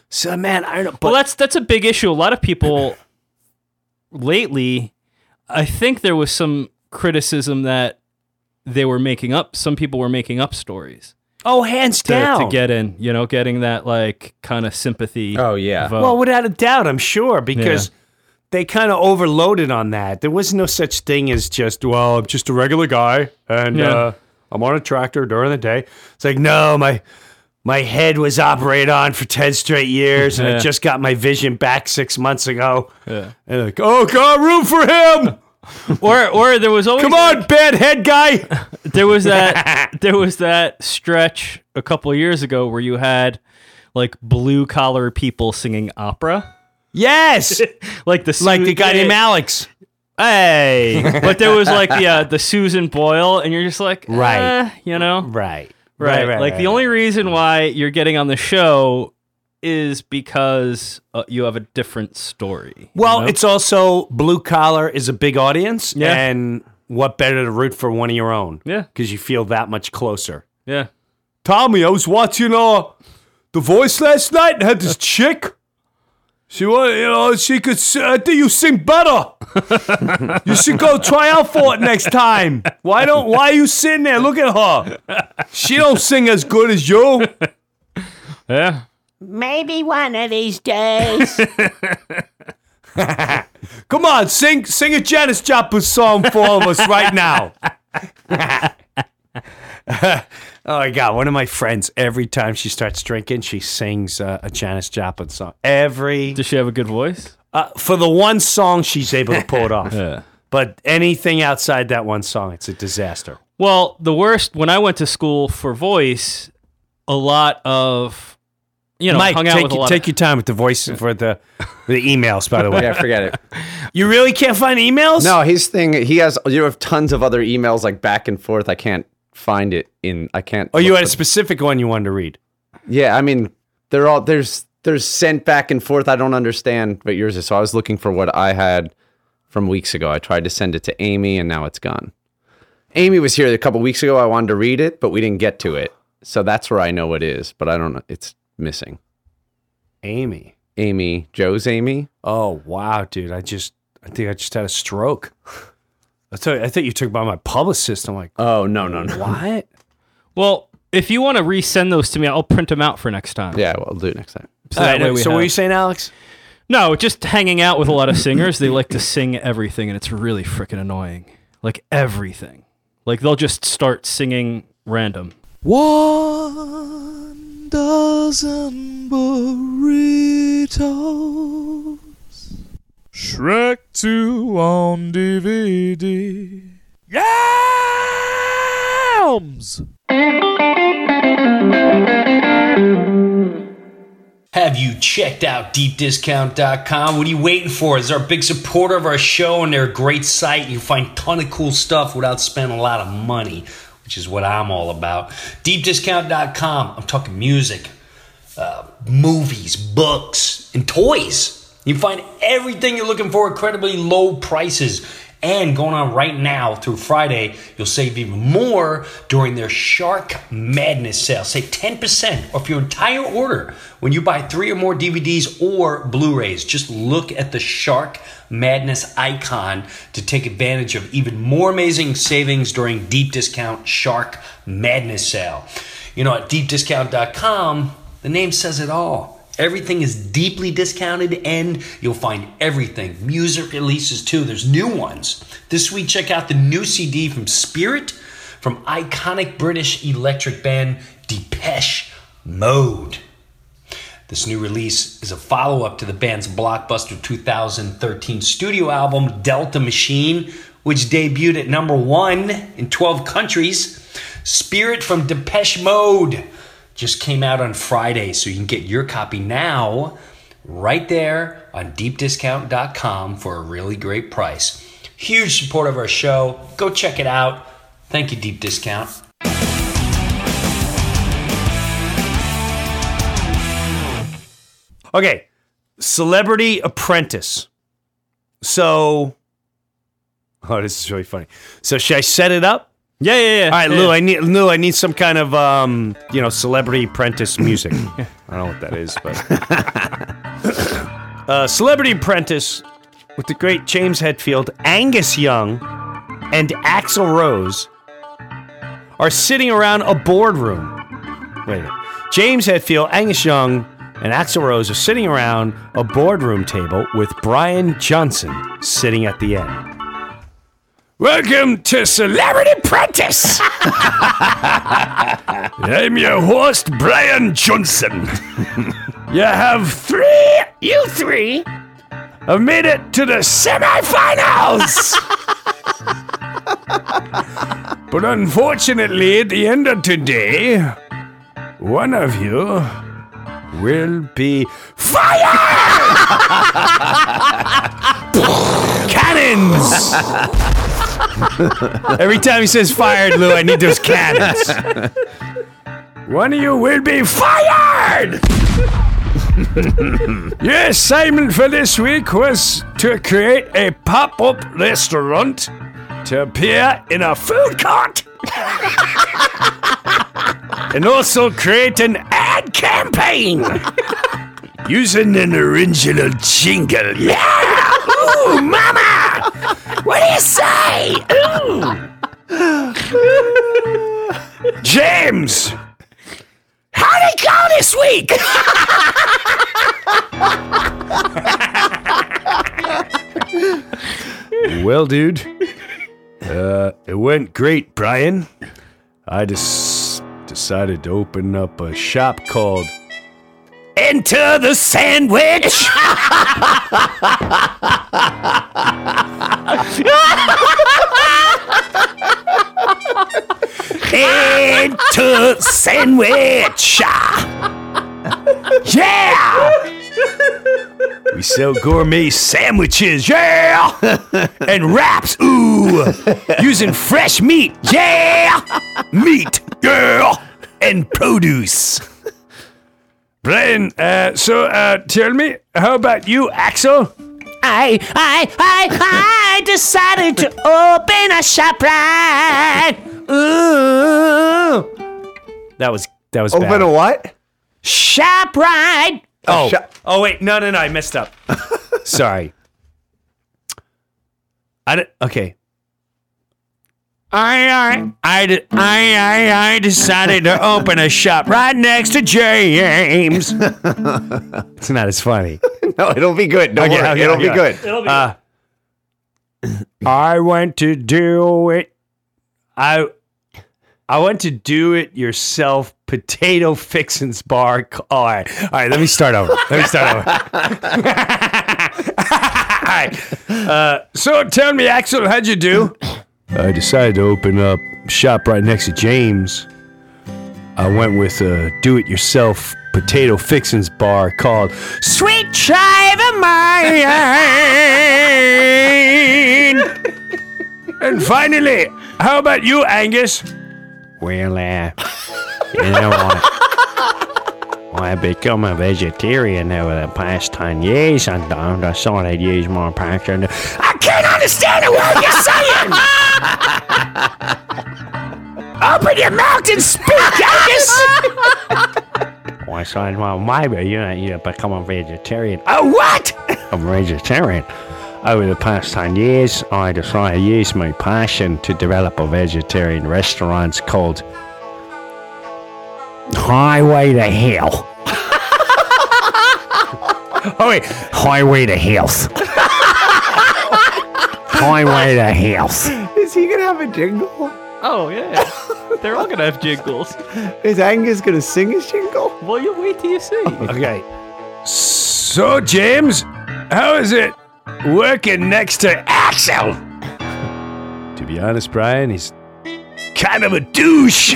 [SPEAKER 5] so, man, I don't. But
[SPEAKER 4] well, that's that's a big issue. A lot of people lately, I think there was some criticism that they were making up. Some people were making up stories
[SPEAKER 5] oh, hands
[SPEAKER 4] to,
[SPEAKER 5] down.
[SPEAKER 4] to get in. You know, getting that like kind of sympathy.
[SPEAKER 7] Oh, yeah.
[SPEAKER 4] vote.
[SPEAKER 5] well, without a doubt, I'm sure because they kind of overloaded on that. There was no such thing as just well, I'm just a regular guy, and
[SPEAKER 4] Yeah.
[SPEAKER 5] uh, I'm on a tractor during the day. It's like no, my. My head was operated on for 10 straight years, and
[SPEAKER 4] Yeah.
[SPEAKER 5] I just got my vision back six months ago.
[SPEAKER 4] Yeah.
[SPEAKER 5] And like, oh, God, room for him!
[SPEAKER 4] or or there was always
[SPEAKER 5] Come on, bad head guy!
[SPEAKER 4] there was that there was that stretch a couple of years ago where you had like blue collar people singing opera.
[SPEAKER 5] yes!
[SPEAKER 4] Like the
[SPEAKER 5] Like
[SPEAKER 4] Su-
[SPEAKER 5] the guy named
[SPEAKER 4] yeah,
[SPEAKER 5] Alex.
[SPEAKER 4] Hey, but there was like the uh, the Susan Boyle, and you're just like,
[SPEAKER 5] Right.
[SPEAKER 4] eh, you know,
[SPEAKER 5] Right.
[SPEAKER 4] right? like the only reason why you're getting on the show is because uh, you have a different story.
[SPEAKER 5] Well, it's also blue collar is a big audience,
[SPEAKER 4] Yeah.
[SPEAKER 5] and what better to root for one of your own?
[SPEAKER 4] Yeah.
[SPEAKER 5] because you feel that much closer.
[SPEAKER 4] yeah,
[SPEAKER 5] Tommy, I was watching uh, The Voice last night and had this chick,
[SPEAKER 9] She was, you know, she could. s- I think you sing better. you should go try out for it next time. Why don't? Why are you sitting there? Look at her. She don't sing as good as you.
[SPEAKER 4] Yeah.
[SPEAKER 11] Maybe one of these days.
[SPEAKER 9] Come on, sing, sing a Janis Joplin song for all of us right now.
[SPEAKER 5] Oh my god, one of my friends. Every time she starts drinking, she sings uh, a Janis Joplin song. Every
[SPEAKER 4] does she have a good voice?
[SPEAKER 5] Uh, for the one song, she's able to pull it off.
[SPEAKER 4] Yeah.
[SPEAKER 5] But anything outside that one song, it's a disaster.
[SPEAKER 4] Well, the worst when I went to school for voice, a lot of you know,
[SPEAKER 5] Mike,
[SPEAKER 4] hung out
[SPEAKER 5] take,
[SPEAKER 4] with a
[SPEAKER 5] your-
[SPEAKER 4] lot.
[SPEAKER 5] take
[SPEAKER 4] of,
[SPEAKER 5] your time with the voice for the the emails. By the way,
[SPEAKER 7] Yeah, forget it.
[SPEAKER 5] You really can't find emails?
[SPEAKER 7] No, his thing. He has. You have tons of other emails like back and forth. I can't find it in. I can't.
[SPEAKER 5] Oh, you
[SPEAKER 7] look
[SPEAKER 5] had a
[SPEAKER 7] for-
[SPEAKER 5] specific one you wanted to read.
[SPEAKER 7] Yeah, I mean, they're all there's there's sent back and forth. I don't understand what yours is. So I was looking for what I had from weeks ago. I tried to send it to Amy, and now it's gone. Amy was here a couple weeks ago. I wanted to read it, but we didn't get to it. So that's where I know it is, but I don't know. It's missing.
[SPEAKER 5] Amy.
[SPEAKER 7] Amy. Joe's Amy.
[SPEAKER 5] Oh wow, dude! I just I think I just had a stroke. I thought I thought you took by my publicist. I'm like,
[SPEAKER 4] Uh,
[SPEAKER 7] oh no no no.
[SPEAKER 5] What?
[SPEAKER 4] well, if you want to resend those to me, I'll print them out for next time.
[SPEAKER 7] Yeah, well, I'll do it next time.
[SPEAKER 4] So, that way we
[SPEAKER 5] so what
[SPEAKER 4] have-
[SPEAKER 5] were you saying, Alex?
[SPEAKER 4] No, just hanging out with a lot of singers. They like to sing everything, and it's really freaking annoying. Like everything. Like they'll just start singing random.
[SPEAKER 2] One dozen burritos. Shrek 2 on DVD. Yams!
[SPEAKER 12] Have you checked out deepdiscount.com? What are you waiting for? They're a big supporter of our show and they're a great site. You find ton of cool stuff without spending a lot of money, which is what I'm all about. Deepdiscount.com. I'm talking music, uh, movies, books, and toys. You can find everything you're looking for at incredibly low prices. And going on right now through Friday, you'll save even more during their Shark Madness sale. Save 10% off your entire order when you buy three or more DVDs or Blu rays. Just look at the Shark Madness icon to take advantage of even more amazing savings during deep discount Shark Madness sale. You know, at deepdiscount.com, the name says it all. Everything is deeply discounted, and you'll find everything. Music releases too. There's new ones. This week, check out the new CD from Spirit, from iconic British electric band Depeche Mode. This new release is a follow up to the band's blockbuster 2013 studio album, Delta Machine, which debuted at number one in 12 countries. Spirit from Depeche Mode just came out on Friday, so you can get your copy now right there on deepdiscount.com for a really great price. Huge support of our show. Go check it out. Thank you, Deep Discount.
[SPEAKER 5] Okay, Celebrity Apprentice. So, oh, this is really funny. So, should I set it up?
[SPEAKER 4] Yeah, yeah, yeah.
[SPEAKER 5] All right,
[SPEAKER 4] Yeah,
[SPEAKER 5] Lou.
[SPEAKER 4] yeah.
[SPEAKER 5] I need Lou. I need some kind of um, you know, Celebrity Apprentice music. I don't know what that is, but uh, Celebrity Apprentice with the great James Hetfield, Angus Young, and Axl Rose are sitting around a boardroom. Wait a minute. James Hetfield, Angus Young, and Axl Rose are sitting around a boardroom table with Brian Johnson sitting at the end.
[SPEAKER 9] Welcome to Celebrity Apprentice. I'm your host, Brian Johnson. you have three, you three, have made it to the semifinals. but unfortunately, at the end of today, one of you will be fired. Cannons.
[SPEAKER 5] Every time he says fired, Lou, I need those cannons.
[SPEAKER 9] One of you will be fired! Your assignment for this week was to create a pop up restaurant to appear in a food court and also create an ad campaign
[SPEAKER 13] Using an original jingle. Yeah! Ooh, mama! What do you say? Ooh! James! How'd it go this week?
[SPEAKER 5] well, dude, uh, it went great, Brian. I just decided to open up a shop called
[SPEAKER 13] Enter the sandwich! Enter sandwich! Yeah!
[SPEAKER 5] We Sell Gourmet Sandwiches.
[SPEAKER 13] Yeah! And wraps, ooh! Using fresh meat, yeah! Meat, yeah! And produce.
[SPEAKER 5] Brian, uh, so uh, tell me, how about you, Axel?
[SPEAKER 14] I, I, I, I decided to open a shop right. Ooh,
[SPEAKER 7] That was that was
[SPEAKER 2] Open
[SPEAKER 7] bad.
[SPEAKER 2] a what?
[SPEAKER 14] shop right.
[SPEAKER 7] Oh, oh wait, no, no, no, I messed up. Sorry. I d- okay.
[SPEAKER 5] I, I, I, de- I, I, I decided to open a shop right next to James.
[SPEAKER 7] It's not as funny.
[SPEAKER 2] no, it'll be good. Don't
[SPEAKER 5] Okay,
[SPEAKER 2] worry.
[SPEAKER 5] okay,
[SPEAKER 2] it'll be
[SPEAKER 5] okay.
[SPEAKER 2] good.
[SPEAKER 4] It'll be
[SPEAKER 5] Uh,
[SPEAKER 7] Uh,
[SPEAKER 5] I went to do it.
[SPEAKER 7] I I went to do it yourself potato fixins bar. c- All right, all right. Let me start over. Let me start over.
[SPEAKER 5] All right. Uh, so tell me, Axel, how'd you do? I decided to open up shop right next to James. I went with a do-it-yourself potato fixins bar called
[SPEAKER 13] Sweet child of mine!
[SPEAKER 5] And finally, how about you, Angus? Well, uh, you know, I, I become a vegetarian over the past 10 years, and I decided to use my passion.
[SPEAKER 13] I can't understand a word you're saying! Open your mouth and speak, Angus!
[SPEAKER 5] I said, well, maybe you, you become a vegetarian.
[SPEAKER 13] A what?
[SPEAKER 5] I'm a vegetarian. Over the past 10 years, I decided to use my passion to develop a vegetarian restaurant called Highway to Hell. oh, wait. Highway to Health. Highway to Health.
[SPEAKER 2] Is he gonna have a jingle?
[SPEAKER 4] Oh yeah, they're all gonna have jingles.
[SPEAKER 2] Is Angus gonna sing his jingle?
[SPEAKER 4] Well, you wait till you see.
[SPEAKER 5] Okay. So, James, how is it working next to Axel? To be honest, Brian, he's kind of a douche.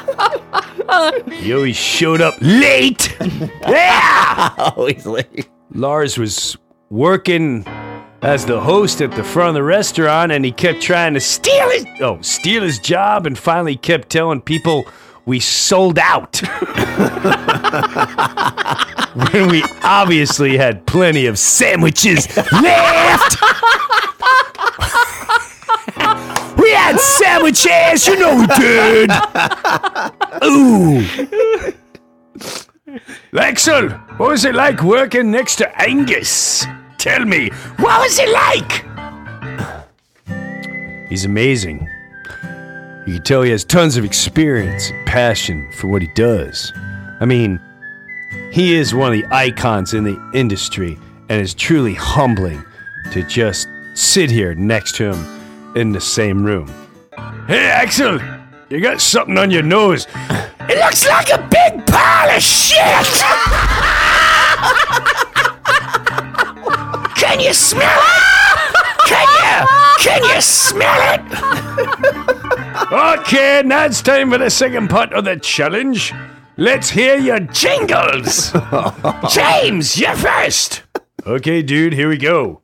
[SPEAKER 13] Poser!
[SPEAKER 5] He always showed up late. yeah!
[SPEAKER 2] Always late.
[SPEAKER 5] Lars was working as the host at the front of the restaurant and he kept trying to steal his oh, steal his job and finally kept telling people we sold out. when we obviously had plenty of sandwiches left.
[SPEAKER 13] we had sandwiches, you know we did! Ooh!
[SPEAKER 5] Axel, what was it like working next to Angus? Tell me,
[SPEAKER 13] What was it like?
[SPEAKER 5] He's amazing. You can tell he has tons of experience and passion for what he does. I mean, he is one of the icons in the industry and it's truly humbling to just sit here next to him in the same room. Hey, Axel, you got something on your nose.
[SPEAKER 13] It looks like a big pile of shit! Can you smell it? Can you? Can you smell it?
[SPEAKER 5] Okay, now it's time for the second part of the challenge. Let's hear your jingles.
[SPEAKER 13] James, you're first!
[SPEAKER 5] Okay, dude, here we go.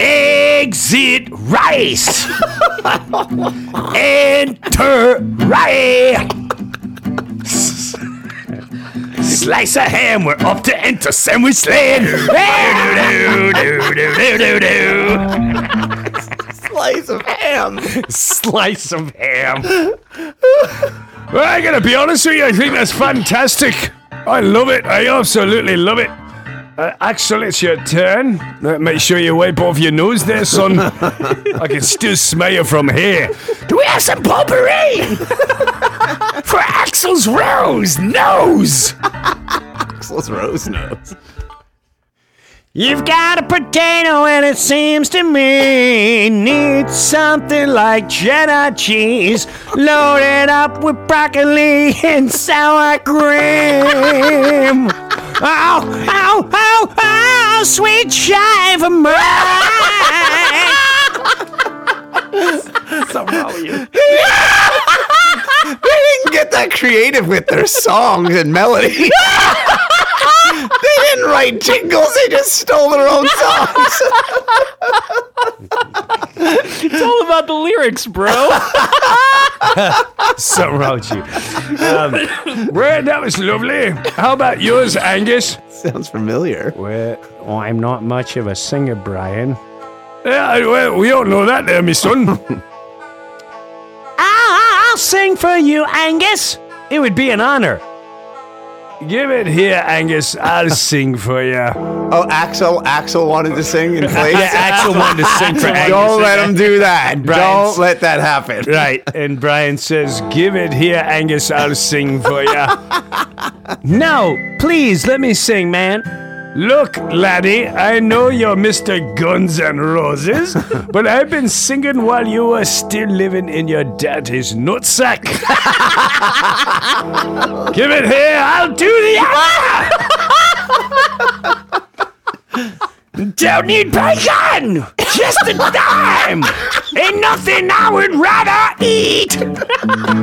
[SPEAKER 13] Exit rice! Enter rice! Slice a ham, we're up to enter sandwich land! Do, do, do, do, do, do, do, do.
[SPEAKER 15] slice of ham.
[SPEAKER 16] Slice of ham.
[SPEAKER 5] Well, I gotta be honest with you, I think that's fantastic. I love it. I absolutely love it. Uh, Axel, it's your turn. Uh, make sure you wipe off your nose there, son. I can still smell you from here.
[SPEAKER 15] Do we have some potpourri for Axel's rose nose?
[SPEAKER 7] Axel's rose nose.
[SPEAKER 17] You've got a potato and it seems to me needs something like cheddar cheese loaded up with broccoli and sour cream. Oh, Ow, ow, ow, ow, oh, sweet chive of mine.
[SPEAKER 7] they didn't get that creative with their songs and melodies.
[SPEAKER 15] they didn't write jingles, they just stole their own songs.
[SPEAKER 4] it's all about the lyrics, bro.
[SPEAKER 5] Something wrong with you. Um, well, that was lovely. How about yours, Angus?
[SPEAKER 7] Sounds familiar.
[SPEAKER 5] Well, I'm not much of a singer, Brian. Yeah, well, we all know that there, my son.
[SPEAKER 17] Ah, I'll, I'll sing for you, Angus.
[SPEAKER 5] It would be an honor. Give it here, Angus. I'll sing for you.
[SPEAKER 7] Oh, Axel, Axel wanted to sing in place.
[SPEAKER 5] Yeah, Axel wanted to sing for Angus.
[SPEAKER 7] Don't let him do that.
[SPEAKER 5] Brian's-
[SPEAKER 7] Don't let that happen.
[SPEAKER 5] Right, and Brian says, Give it here, Angus. I'll sing for you. no, please, let me sing, man. Look, laddie, I know you're Mr. Guns and Roses, but I've been singing while you were still living in your daddy's nutsack. Give it here, I'll do the honor!
[SPEAKER 15] Don't need bacon! Just a dime! Ain't nothing I would rather eat!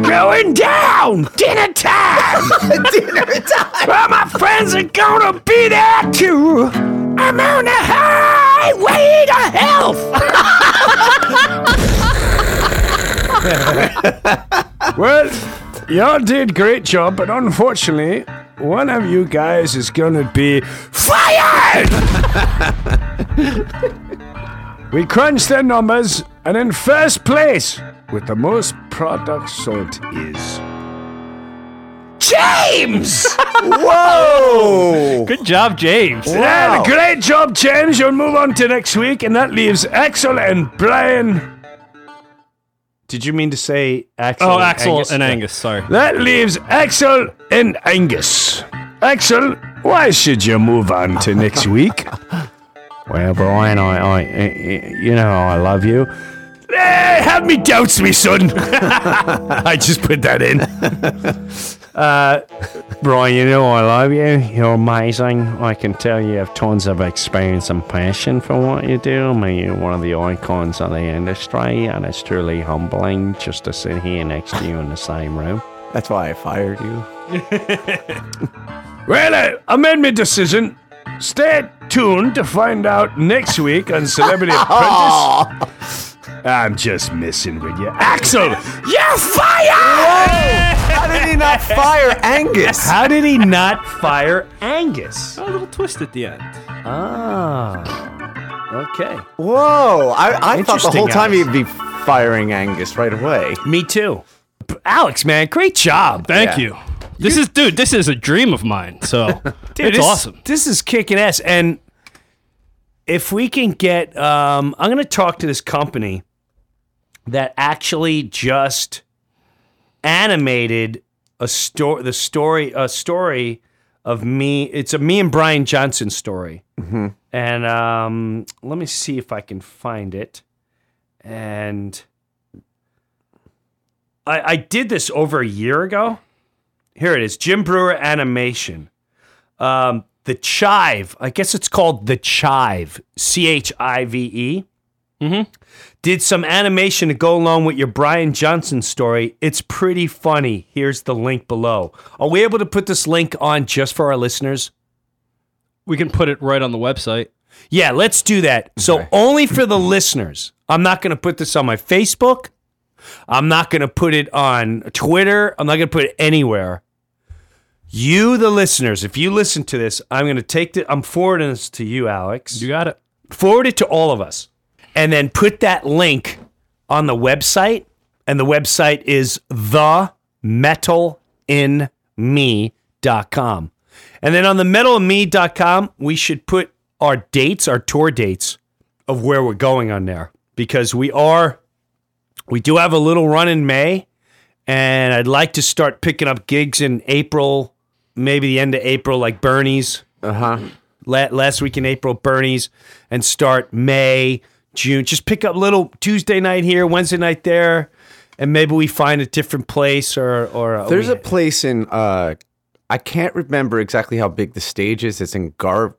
[SPEAKER 15] Going down! Dinner time! Dinner time! Well, my friends are gonna be there too! I'm on the highway to health!
[SPEAKER 5] Well, y'all did great job, but unfortunately, one of you guys is gonna be fired. we crunched their numbers, and in first place with the most product sold is
[SPEAKER 15] James!
[SPEAKER 7] Whoa!
[SPEAKER 4] Good job, James.
[SPEAKER 5] Yeah, great job, James. You'll move on to next week, and that leaves Axel and Brian. Did you mean to say Axel?
[SPEAKER 4] Oh, Axel and Angus. Sorry.
[SPEAKER 5] That leaves Axel and Angus. Axel, why should you move on to next week? well, Brian, I, I, you know, I love you. Eh, have me doubts, me son. I just put that in. uh, Brian, you know I love you. You're amazing. I can tell you have tons of experience and passion for what you do. I mean, you're one of the icons of the industry, and it's truly humbling just to sit here next to you in the same room.
[SPEAKER 7] That's why I fired you.
[SPEAKER 5] Well, I, I made my decision. Stay tuned to find out next week on Celebrity Apprentice. I'm just messing with you. Axel!
[SPEAKER 15] You're fired!
[SPEAKER 7] How did he not fire Angus?
[SPEAKER 5] How did he not fire Angus?
[SPEAKER 4] A little twist at the end.
[SPEAKER 5] Ah. Okay.
[SPEAKER 7] Whoa! I, I thought the
[SPEAKER 5] Interesting,
[SPEAKER 7] whole time
[SPEAKER 5] guys.
[SPEAKER 7] he'd be firing Angus right away.
[SPEAKER 5] Me too. P- Alex, man, great job.
[SPEAKER 4] Thank
[SPEAKER 7] Yeah.
[SPEAKER 4] you. This is, dude. This is a dream of mine. So
[SPEAKER 5] Dude,
[SPEAKER 4] it's
[SPEAKER 5] this,
[SPEAKER 4] awesome.
[SPEAKER 5] This is kicking ass. And if we can get, um, I'm going to talk to this company that actually just animated a story, the story, a story of me. It's a me and Brian Johnson story. And um, let me see if I can find it. And I, I did this over a year ago. Here it is Jim Brewer Animation. Um, the Chive, I guess it's called The Chive, C H I V E. Did some animation to go along with your Brian Johnson story. It's pretty funny. Here's the link below. Are we able to put this link on just for our listeners?
[SPEAKER 4] We can put it right on the website.
[SPEAKER 5] Yeah, let's do that. So only for the listeners. I'm not going to put this on my Facebook. I'm not going to put it on Twitter. I'm not going to put it anywhere. You, the listeners, if you listen to this, I'm going to take the. I'm forwarding this to you, Alex.
[SPEAKER 4] You got it.
[SPEAKER 5] Forward it to all of us, and then put that link on the website, and the website is themetalinme.com. And then on the metalinme.com, we should put our dates, our tour dates of where we're going on there because we are we do have a little run in May, and I'd like to start picking up gigs in April, maybe the end of April, like Bernie's. Uh
[SPEAKER 7] Uh-huh.
[SPEAKER 5] huh. last week in April, Bernie's, and start May, June. Just pick up little Tuesday night here, Wednesday night there, and maybe we find a different place or or
[SPEAKER 7] There's
[SPEAKER 5] we-
[SPEAKER 7] a place in uh I can't remember exactly how big the stage is. It's in Gar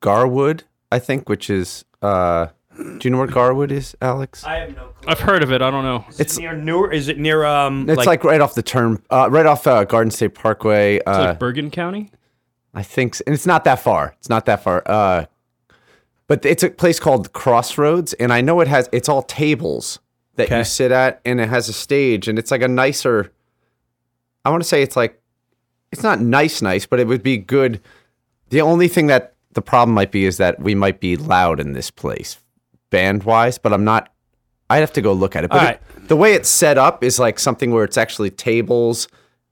[SPEAKER 7] Garwood, I think, which is uh do you know where Garwood is, Alex?
[SPEAKER 5] I have no clue.
[SPEAKER 4] I've heard of it. I don't know.
[SPEAKER 5] It's near newer. Is it near um?
[SPEAKER 7] It's like, right off the turn uh right off uh, Garden State Parkway.
[SPEAKER 4] It's
[SPEAKER 7] Uh
[SPEAKER 4] like Bergen County.
[SPEAKER 7] I think s- and it's not that far. It's not that far. Uh but it's a place called Crossroads and I know it has it's all tables that you sit at and it has a stage and it's like a nicer I want to say it's like it's not nice nice, but it would be good. The only thing that the problem might be is that we might be loud in this place band wise, but I'm not I'd have to go look at it. But
[SPEAKER 5] All
[SPEAKER 7] it- the way it's set up is like something where it's actually tables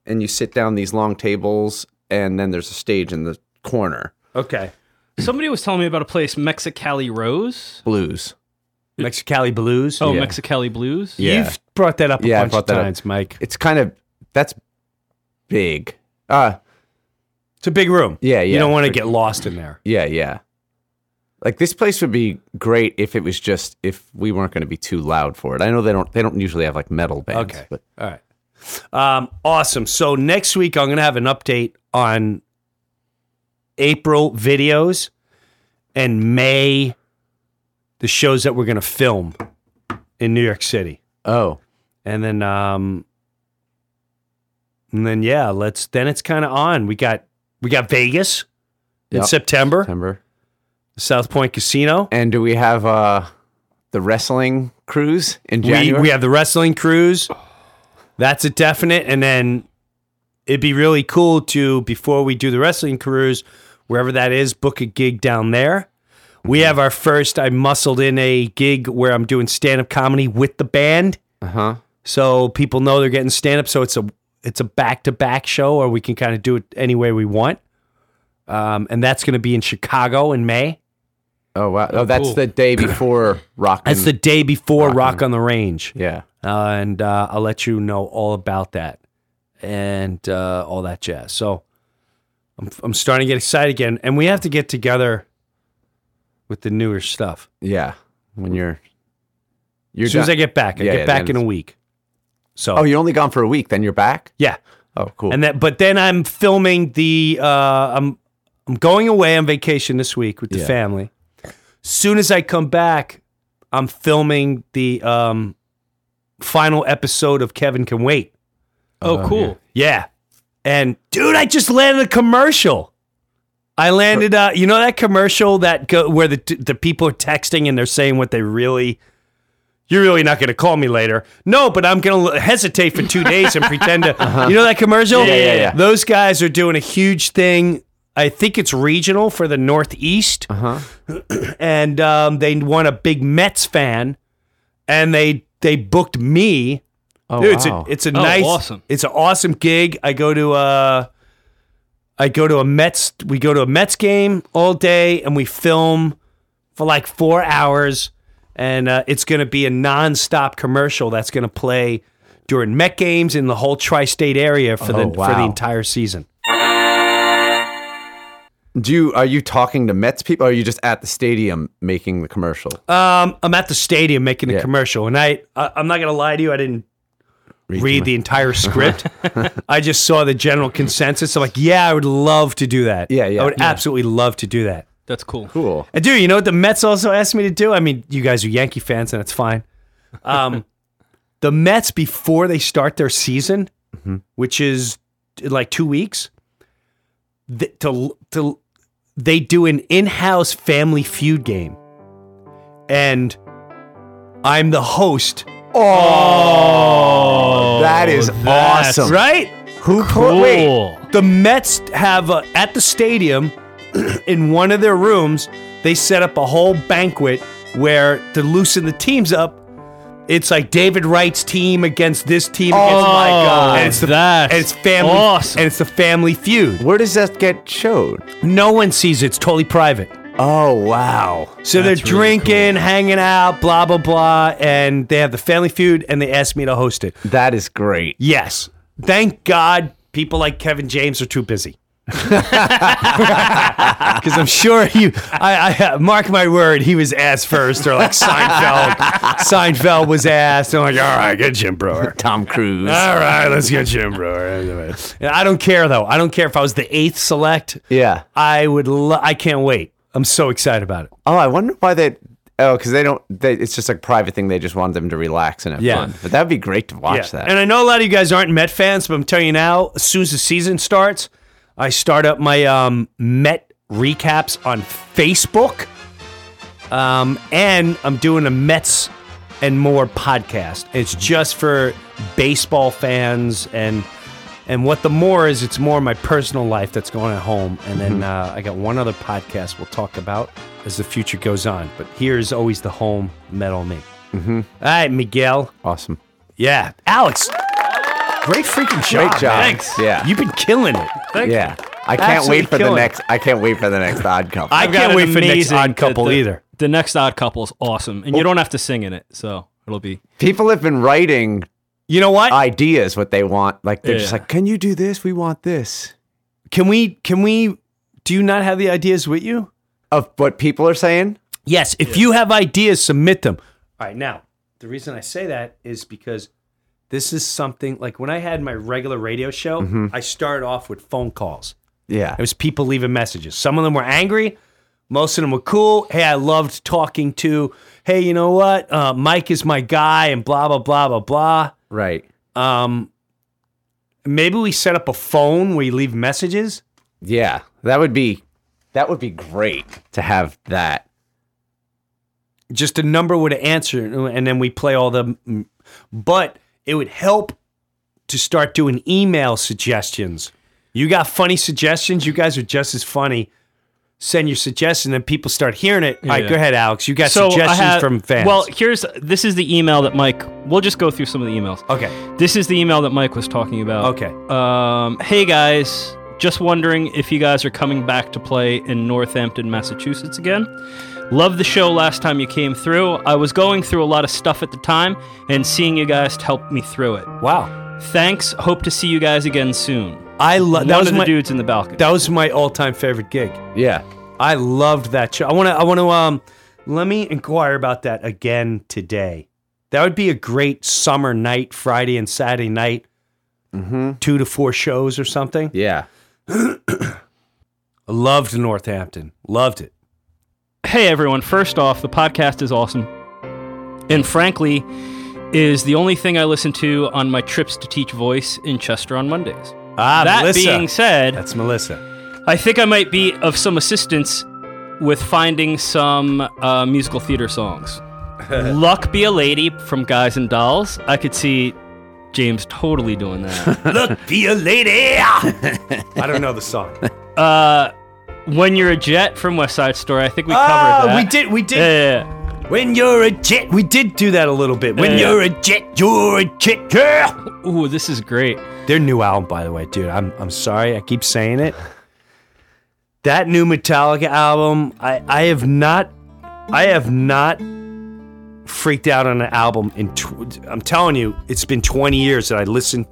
[SPEAKER 7] and you sit down these long tables and then there's a stage in the corner.
[SPEAKER 5] Okay.
[SPEAKER 4] Somebody was telling me about a place, Mexicali Rose.
[SPEAKER 7] Blues.
[SPEAKER 5] Mexicali Blues.
[SPEAKER 4] Oh,
[SPEAKER 7] Yeah.
[SPEAKER 4] Mexicali Blues.
[SPEAKER 5] You've brought that up a
[SPEAKER 7] yeah, I
[SPEAKER 5] bunch
[SPEAKER 7] brought
[SPEAKER 5] of
[SPEAKER 7] that up.
[SPEAKER 5] times, Mike.
[SPEAKER 7] It's kind of that's big. Uh
[SPEAKER 5] It's a big room.
[SPEAKER 7] Yeah, yeah.
[SPEAKER 5] You don't want to
[SPEAKER 7] Pretty-
[SPEAKER 5] get lost in there.
[SPEAKER 7] Yeah, yeah. Like this place would be great if it was just if we weren't going to be too loud for it. I know they don't they don't usually have like metal bands.
[SPEAKER 5] Okay.
[SPEAKER 7] But
[SPEAKER 5] All right. Um, awesome. So next week I'm gonna have an update on April videos and May the shows that we're gonna film in New York City.
[SPEAKER 7] Oh.
[SPEAKER 5] And then um and then yeah, let's then it's kinda on. We got we got Vegas in
[SPEAKER 7] Yep.
[SPEAKER 5] September.
[SPEAKER 7] September.
[SPEAKER 5] South Point Casino.
[SPEAKER 7] And do we have uh the wrestling cruise in
[SPEAKER 5] We,
[SPEAKER 7] January?
[SPEAKER 5] we have the wrestling cruise. That's a definite. And then it'd be really cool to, before we do the wrestling cruise, wherever that is, book a gig down there. We have our first, I muscled in a gig where I'm doing stand up comedy with the band.
[SPEAKER 7] Uh-huh.
[SPEAKER 5] So people know they're getting stand up. So it's a, it's a back to back show, or we can kind of do it any way we want. Um, and that's going to be in Chicago in May.
[SPEAKER 7] Oh wow! Oh, that's
[SPEAKER 5] cool.
[SPEAKER 7] the day before Rock.
[SPEAKER 5] That's the day before Mm. Rock on the Range.
[SPEAKER 7] Yeah.
[SPEAKER 5] Uh, and uh, I'll let you know all about that and uh, all that jazz. So I'm, I'm starting to get excited again. And we have to get together with the newer stuff.
[SPEAKER 7] Yeah. When you're you're
[SPEAKER 5] As soon as
[SPEAKER 7] done-
[SPEAKER 5] I get back, I
[SPEAKER 7] Yeah,
[SPEAKER 5] get
[SPEAKER 7] yeah,
[SPEAKER 5] back
[SPEAKER 7] then
[SPEAKER 5] in a
[SPEAKER 7] it's-
[SPEAKER 5] week. So
[SPEAKER 7] Oh, you're only gone for a week, then you're back.
[SPEAKER 5] Yeah.
[SPEAKER 7] Oh, cool.
[SPEAKER 5] And that, but then I'm filming the. Uh, I'm I'm going away on vacation this week with the
[SPEAKER 7] Yeah.
[SPEAKER 5] family. Soon as I come back, I'm filming the um, final episode of Kevin Can Wait.
[SPEAKER 7] Uh,
[SPEAKER 4] Oh, cool.
[SPEAKER 5] Yeah. And dude, I just landed a commercial. I landed, uh, you know that commercial that go, where the the people are texting and they're saying what they really. You're really not going to call me later. No, but I'm going to hesitate for two days and pretend to. You know that commercial?
[SPEAKER 7] Uh-huh. Yeah, yeah, yeah.
[SPEAKER 5] Those guys are doing a huge thing. I think it's regional for the Northeast,
[SPEAKER 7] uh-huh.
[SPEAKER 5] and um, they want a big Mets fan, and they they booked me.
[SPEAKER 7] Oh,
[SPEAKER 5] Dude, it's
[SPEAKER 7] wow.
[SPEAKER 5] a it's a
[SPEAKER 4] Oh,
[SPEAKER 5] nice
[SPEAKER 4] awesome.
[SPEAKER 5] it's an awesome gig. I go to uh I go to a Mets we go to a Mets game all day and we film for like 4 hours and uh, it's going to be a non-stop commercial that's going to play during Met games in the whole tri-state area for the
[SPEAKER 7] Oh,
[SPEAKER 5] for the
[SPEAKER 7] wow.
[SPEAKER 5] entire season.
[SPEAKER 7] Do you are you talking to Mets people? Or are you just at the stadium making the commercial?
[SPEAKER 5] Um, I'm at the stadium making a
[SPEAKER 7] Yeah.
[SPEAKER 5] commercial, and I, I I'm not gonna lie to you, I didn't read, the entire script. I just saw the general consensus. I'm like, yeah, I would love to do that. Yeah, yeah, I would absolutely love to do that.
[SPEAKER 4] That's cool.
[SPEAKER 7] Cool.
[SPEAKER 5] And dude, you know what the Mets also asked me to do? I mean, you guys are Yankee fans, and it's fine. Um, the Mets before they start their season, which is in like two weeks, th- to to they do an in-house Family Feud game, and I'm the host.
[SPEAKER 7] Oh, that is
[SPEAKER 5] That's
[SPEAKER 7] awesome.
[SPEAKER 5] Right? Who cool. wait? The Mets have uh at the stadium in one of their rooms, they set up a whole banquet where to loosen the teams up, It's like David Wright's team against this team
[SPEAKER 4] Oh,
[SPEAKER 5] against my
[SPEAKER 4] God.
[SPEAKER 5] And it's the,
[SPEAKER 4] That's
[SPEAKER 5] and it's family
[SPEAKER 4] awesome.
[SPEAKER 5] and it's the family feud.
[SPEAKER 7] Where does that get showed?
[SPEAKER 5] No one sees it. It's totally private.
[SPEAKER 7] Oh wow.
[SPEAKER 5] So they're drinking, hanging out, blah blah blah, and they have the family feud and they asked me to host it.
[SPEAKER 7] That is great.
[SPEAKER 5] Yes. Thank God people like Kevin James are too busy. Because I'm sure he, I, I mark my word, he was asked first, or like Seinfeld. Seinfeld was asked. I'm like, all right, get Jim Brewer.
[SPEAKER 7] Tom Cruise.
[SPEAKER 5] All right, let's get Jim Brewer. Anyway. And I don't care though. I don't care if I was the eighth select.
[SPEAKER 7] Yeah.
[SPEAKER 5] I would. Lo- I can't wait. I'm so excited about it.
[SPEAKER 7] Oh, I wonder why they. Oh, because they don't. They, it's just like a private thing. They just want them to relax and have
[SPEAKER 5] Yeah.
[SPEAKER 7] fun. But that'd be great to watch
[SPEAKER 5] Yeah.
[SPEAKER 7] that.
[SPEAKER 5] And I know a lot of you guys aren't Met fans, but I'm telling you now, as soon as the season starts, I start up my um, Met recaps on Facebook. Um, and I'm doing a Mets and more podcast. It's just for baseball fans and and what the more is, it's more my personal life that's going at home. And then uh,
[SPEAKER 7] Mm-hmm.
[SPEAKER 5] I got one other podcast we'll talk about as the future goes on. But here's always the home metal me. Mm-hmm. All right, Miguel.
[SPEAKER 7] Awesome.
[SPEAKER 5] Yeah, Alex. Great freaking job.
[SPEAKER 7] Great job.
[SPEAKER 5] man.
[SPEAKER 7] Yeah.
[SPEAKER 5] You've been killing it.
[SPEAKER 7] yeah. I can't
[SPEAKER 5] Absolutely
[SPEAKER 7] wait for the
[SPEAKER 5] killing it.
[SPEAKER 7] next. I can't wait for the next odd couple.
[SPEAKER 5] I
[SPEAKER 4] I've got
[SPEAKER 5] can't
[SPEAKER 4] an
[SPEAKER 5] wait for next
[SPEAKER 4] amazing-
[SPEAKER 5] odd couple
[SPEAKER 4] the- the-
[SPEAKER 5] either.
[SPEAKER 4] The next odd couple is awesome, and you don't have to sing in it, so it'll be.
[SPEAKER 7] People have been writing.
[SPEAKER 5] You know what?
[SPEAKER 7] Ideas what they want. Like they're just
[SPEAKER 4] Yeah.
[SPEAKER 7] like, can you do this? We want this.
[SPEAKER 5] Can we? Can we? Do you not have the ideas with you?
[SPEAKER 7] Of what people are saying.
[SPEAKER 5] Yes. If you have ideas, submit them. All right. Now, the reason I say that is because this is something like when I had my regular radio show,
[SPEAKER 7] Mhm.
[SPEAKER 5] I started off with phone calls.
[SPEAKER 7] Yeah.
[SPEAKER 5] It was people leaving messages. Some of them were angry. Most of them were cool. Hey, I loved talking to. Hey, you know what? Uh, Mike is my guy, and blah blah blah blah blah.
[SPEAKER 7] Right.
[SPEAKER 5] Um, maybe we set up a phone where you leave messages.
[SPEAKER 7] Yeah. That would be. That would be great to have that.
[SPEAKER 5] Just a number would answer, and then we play all the. mm, But it would help to start doing email suggestions. You got funny suggestions. You guys are just as funny. Send your suggestion, and people start hearing it. All right,
[SPEAKER 4] Yeah.
[SPEAKER 5] go ahead, Alex. You got
[SPEAKER 4] So I
[SPEAKER 5] suggestions
[SPEAKER 4] have-
[SPEAKER 5] from fans.
[SPEAKER 4] Well, here's this is the email that Mike. We'll just go through some of the emails.
[SPEAKER 5] Okay.
[SPEAKER 4] This is the email that Mike was talking about.
[SPEAKER 5] Okay.
[SPEAKER 4] Um, hey guys, just wondering if you guys are coming back to play in Northampton, Massachusetts again. Love the show last time you came through. I was going through a lot of stuff at the time, and seeing you guys helped me through it.
[SPEAKER 5] Wow.
[SPEAKER 4] Thanks. Hope to see you guys again soon.
[SPEAKER 5] I love
[SPEAKER 4] One
[SPEAKER 5] that was
[SPEAKER 4] of the
[SPEAKER 5] my
[SPEAKER 4] dudes in the balcony.
[SPEAKER 5] that was my all time favorite gig.
[SPEAKER 7] Yeah.
[SPEAKER 5] I loved that show. I want to I want to um let me inquire about that again today. That would be a great summer night, Friday and Saturday night,
[SPEAKER 7] Mm-hmm.
[SPEAKER 5] two to four shows or something.
[SPEAKER 7] Yeah.
[SPEAKER 5] I loved Northampton, loved it.
[SPEAKER 4] Hey everyone, first off, the podcast is awesome. And frankly, is the only thing I listen to on my trips to teach voice in Chester on Mondays.
[SPEAKER 5] Ah,
[SPEAKER 4] that
[SPEAKER 5] Melissa.
[SPEAKER 4] being said,
[SPEAKER 5] that's Melissa.
[SPEAKER 4] I think I might be of some assistance with finding some uh, musical theater songs. Luck be a lady from Guys and Dolls. I could see James totally doing that.
[SPEAKER 5] Look, be a lady. I don't know the song.
[SPEAKER 4] uh, when you're a jet from West Side Story, I think we
[SPEAKER 5] Ah,
[SPEAKER 4] covered that.
[SPEAKER 5] we did, we did.
[SPEAKER 4] Yeah, yeah, yeah.
[SPEAKER 5] When you're a jet, we did do that a little bit. When
[SPEAKER 4] Yeah.
[SPEAKER 5] you're a jet, you're a jet. Yeah.
[SPEAKER 4] Ooh, this is great.
[SPEAKER 5] Their new album, by the way, dude. I'm I'm sorry, I keep saying it. That new Metallica album, I I have not, I have not freaked out on an album in. Tw- I'm telling you, it's been 20 years that I listen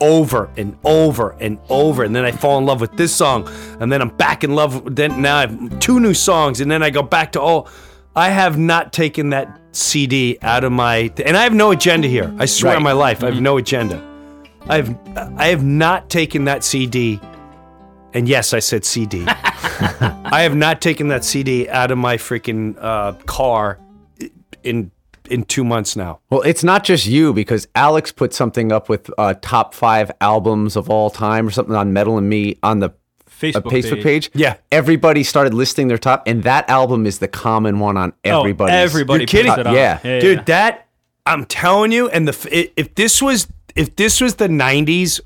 [SPEAKER 5] over and over and over, and then I fall in love with this song, and then I'm back in love. with- Then now I have two new songs, and then I go back to all. I have not taken that CD out of my, and I have no agenda here. I swear on
[SPEAKER 7] Right.
[SPEAKER 5] my life, I have no agenda. I've I have not taken that CD, and yes, I said CD. I have not taken that CD out of my freaking uh, car in in two months now.
[SPEAKER 7] Well, it's not just you because Alex put something up with uh, top five albums of all time or something on Metal and Me on the
[SPEAKER 4] Facebook,
[SPEAKER 7] a Facebook page.
[SPEAKER 5] Yeah.
[SPEAKER 7] Everybody started listing their top, and that album is the common one on
[SPEAKER 4] Oh,
[SPEAKER 7] everybody's.
[SPEAKER 4] everybody
[SPEAKER 5] You're kidding.
[SPEAKER 4] puts it on.
[SPEAKER 7] Yeah.
[SPEAKER 5] Dude, that I'm telling you, and the f- i- if this was if this was the '90s,